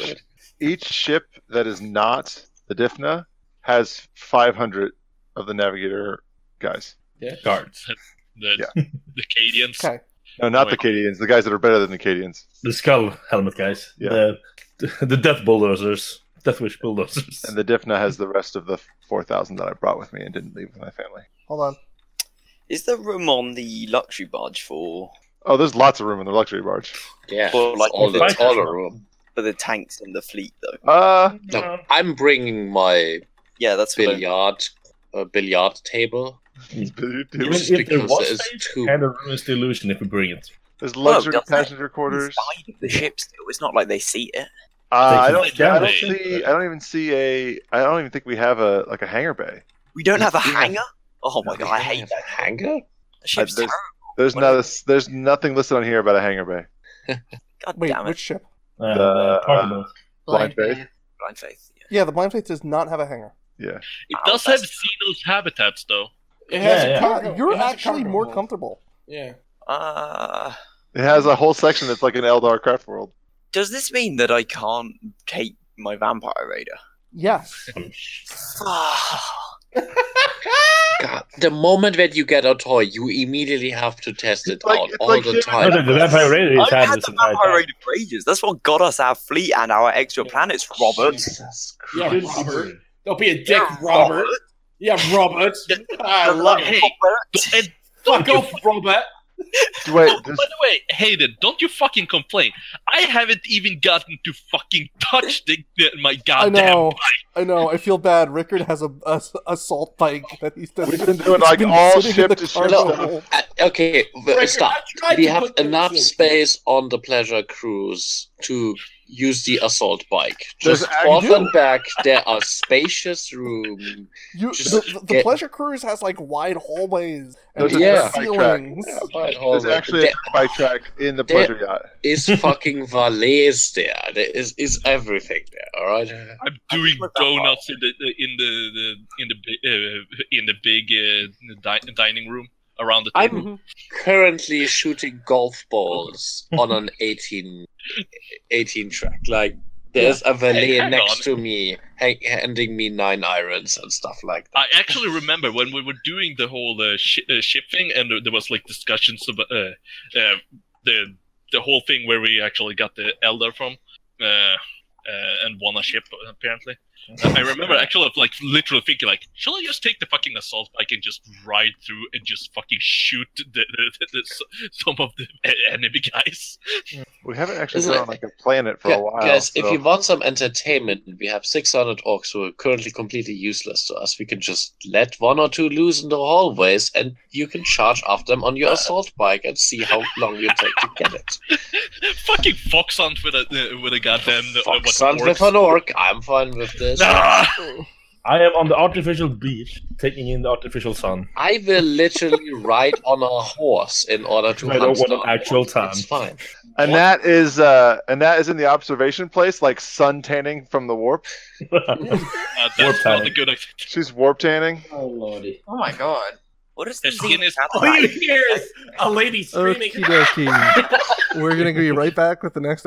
Speaker 6: each ship that is not the Dipna has 500 of the Navigator guys.
Speaker 2: Yeah.
Speaker 7: Guards.
Speaker 8: The, the Cadians.
Speaker 6: No, not the Cadians. The guys that are better than the Cadians.
Speaker 7: The skull helmet guys. Yeah. The, the death bulldozers. Death wish bulldozers.
Speaker 6: And the Dipna has the rest of the 4,000 that I brought with me and didn't leave with my family.
Speaker 3: Hold on.
Speaker 9: Is there room on the luxury barge for
Speaker 6: Oh, there's lots of room in the luxury barge.
Speaker 9: for like
Speaker 5: all the taller
Speaker 9: room for the tanks and the fleet though?
Speaker 6: Uh,
Speaker 5: no, I'm bringing my
Speaker 9: yeah, that's
Speaker 5: billiard uh, billiard table.
Speaker 7: Even
Speaker 5: Just
Speaker 7: if there
Speaker 5: because
Speaker 7: was
Speaker 5: there is
Speaker 7: space,
Speaker 5: two-
Speaker 7: and a room is the illusion if we bring it.
Speaker 6: There's
Speaker 9: Well, doesn't it? Inside of the ship still. It's not like they see it.
Speaker 6: Uh, I don't.
Speaker 9: They can
Speaker 6: I don't
Speaker 9: scan it.
Speaker 6: see. I don't even see a. I don't even think we have a like a hangar bay.
Speaker 9: We don't have a hangar. Oh my god, I hate that
Speaker 5: hangar.
Speaker 9: Ship's
Speaker 6: Uh, there's,
Speaker 9: terrible.
Speaker 6: there's not. A, there's nothing listed on here about a hangar bay.
Speaker 9: God
Speaker 3: Wait,
Speaker 9: damn it.
Speaker 3: which ship?
Speaker 7: Uh,
Speaker 6: The,
Speaker 7: parking
Speaker 6: uh,
Speaker 7: lot.
Speaker 6: blind faith.
Speaker 9: Blind faith.
Speaker 3: Yeah, the blind faith does not have a hangar.
Speaker 6: Yeah.
Speaker 8: It does have Xeno's habitats though.
Speaker 3: It
Speaker 7: has
Speaker 3: has
Speaker 7: a Yeah, yeah. cargo-
Speaker 3: You're
Speaker 7: it has a
Speaker 3: actually
Speaker 7: cargo
Speaker 3: more
Speaker 7: hold.
Speaker 3: comfortable.
Speaker 11: Yeah.
Speaker 9: Uh,
Speaker 6: It has a whole section that's like an Eldar craft world.
Speaker 9: does this mean that I can't take my vampire raider?
Speaker 3: Yes.
Speaker 2: Ah.
Speaker 5: God, the moment that you get a toy, you immediately have to test it out all Oh, the
Speaker 7: No,
Speaker 5: time.
Speaker 7: the, the vampire raider
Speaker 9: I've
Speaker 7: is had
Speaker 9: had
Speaker 7: this
Speaker 9: the
Speaker 7: entire
Speaker 9: vampire
Speaker 7: time.
Speaker 9: raider for ages. That's what got us our fleet and our extra planets, Robert.
Speaker 2: Yeah, Robert. Don't be a dick, Robert. Yeah, Robert. I love
Speaker 8: Hey,
Speaker 2: it.
Speaker 8: don't- and
Speaker 2: Fuck off, Robert.
Speaker 6: Wait,
Speaker 8: Oh, by the way, Hayden, don't you fucking complain. I haven't even gotten to fucking touch the, the, my
Speaker 3: I
Speaker 8: goddamn
Speaker 3: know.
Speaker 8: bike.
Speaker 3: I know. I feel bad. Rickard has a, a, a salt bike that he's done.
Speaker 6: We've been doing, like, all ship to ship
Speaker 5: No, uh, okay, but stop.
Speaker 2: tried
Speaker 5: We
Speaker 2: to
Speaker 5: have
Speaker 2: put this
Speaker 5: enough
Speaker 2: in.
Speaker 5: space on the pleasure cruise to use the assault bike.
Speaker 6: There's
Speaker 5: Just
Speaker 6: actually-
Speaker 5: forth and back, there are spacious room.
Speaker 3: You,
Speaker 5: Just
Speaker 3: the, the
Speaker 5: get-
Speaker 3: pleasure cruise has like wide hallways and
Speaker 6: There's a
Speaker 5: Yeah.
Speaker 6: dirt bike track.
Speaker 3: ceilings.
Speaker 6: There's actually a
Speaker 5: There-
Speaker 6: dirt bike track in the
Speaker 5: There-
Speaker 6: pleasure yacht.
Speaker 5: is fucking Valais there. There is is everything there. All right.
Speaker 8: I'm doing donuts in the in the, the in the bi- uh, in the big uh, di- dining room around the table.
Speaker 5: I'm currently shooting golf balls on an 18, 18 track. Like there's a valet
Speaker 8: Hey, hang
Speaker 5: next to
Speaker 8: on.
Speaker 5: me ha- handing me nine irons and stuff like
Speaker 8: I actually remember when we were doing the whole uh, shi uh, ship thing, and there- there was like discussions about uh, uh, the the whole thing where we actually got the elder from, uh, uh, and won a ship apparently. I remember actually like literally thinking like, shall I just take the fucking assault bike and just ride through and just fucking shoot the, the, the, the some of the enemy guys?
Speaker 6: We haven't actually
Speaker 5: Isn't
Speaker 6: been
Speaker 5: it-
Speaker 6: on like a planet for
Speaker 5: that.
Speaker 6: a
Speaker 5: Gu-
Speaker 6: while.
Speaker 5: Guys, if
Speaker 6: so-
Speaker 5: you want some entertainment, we have 600 orcs who are currently completely useless to us. We can just let one or two loose in the hallways and you can charge after them on
Speaker 8: Uh,
Speaker 5: your assault bike and see how long you take to get it.
Speaker 8: fucking fox hunt with a uh, with a goddamn uh, what,
Speaker 5: Fox hunt with
Speaker 8: orcs.
Speaker 5: an orc. I'm fine with this.
Speaker 8: Nah.
Speaker 7: I am on the artificial beach, taking in the artificial sun.
Speaker 5: I will literally ride on a horse in order to.
Speaker 7: I don't
Speaker 5: hunt
Speaker 7: want an
Speaker 5: down
Speaker 7: actual
Speaker 5: orcs. It's fine.
Speaker 6: and that is uh, and that is in the observation place, like sun tanning from the warp.
Speaker 8: Uh, that's not a
Speaker 7: timing.
Speaker 8: good idea.
Speaker 6: She's warp tanning.
Speaker 10: Oh lordy.
Speaker 4: Oh my god.
Speaker 9: What is
Speaker 8: The
Speaker 9: this?
Speaker 8: skin is
Speaker 9: Xenos
Speaker 2: All you
Speaker 9: habitat?
Speaker 2: hear is a lady screaming.
Speaker 3: Okie dokie. We're gonna be right back with the next.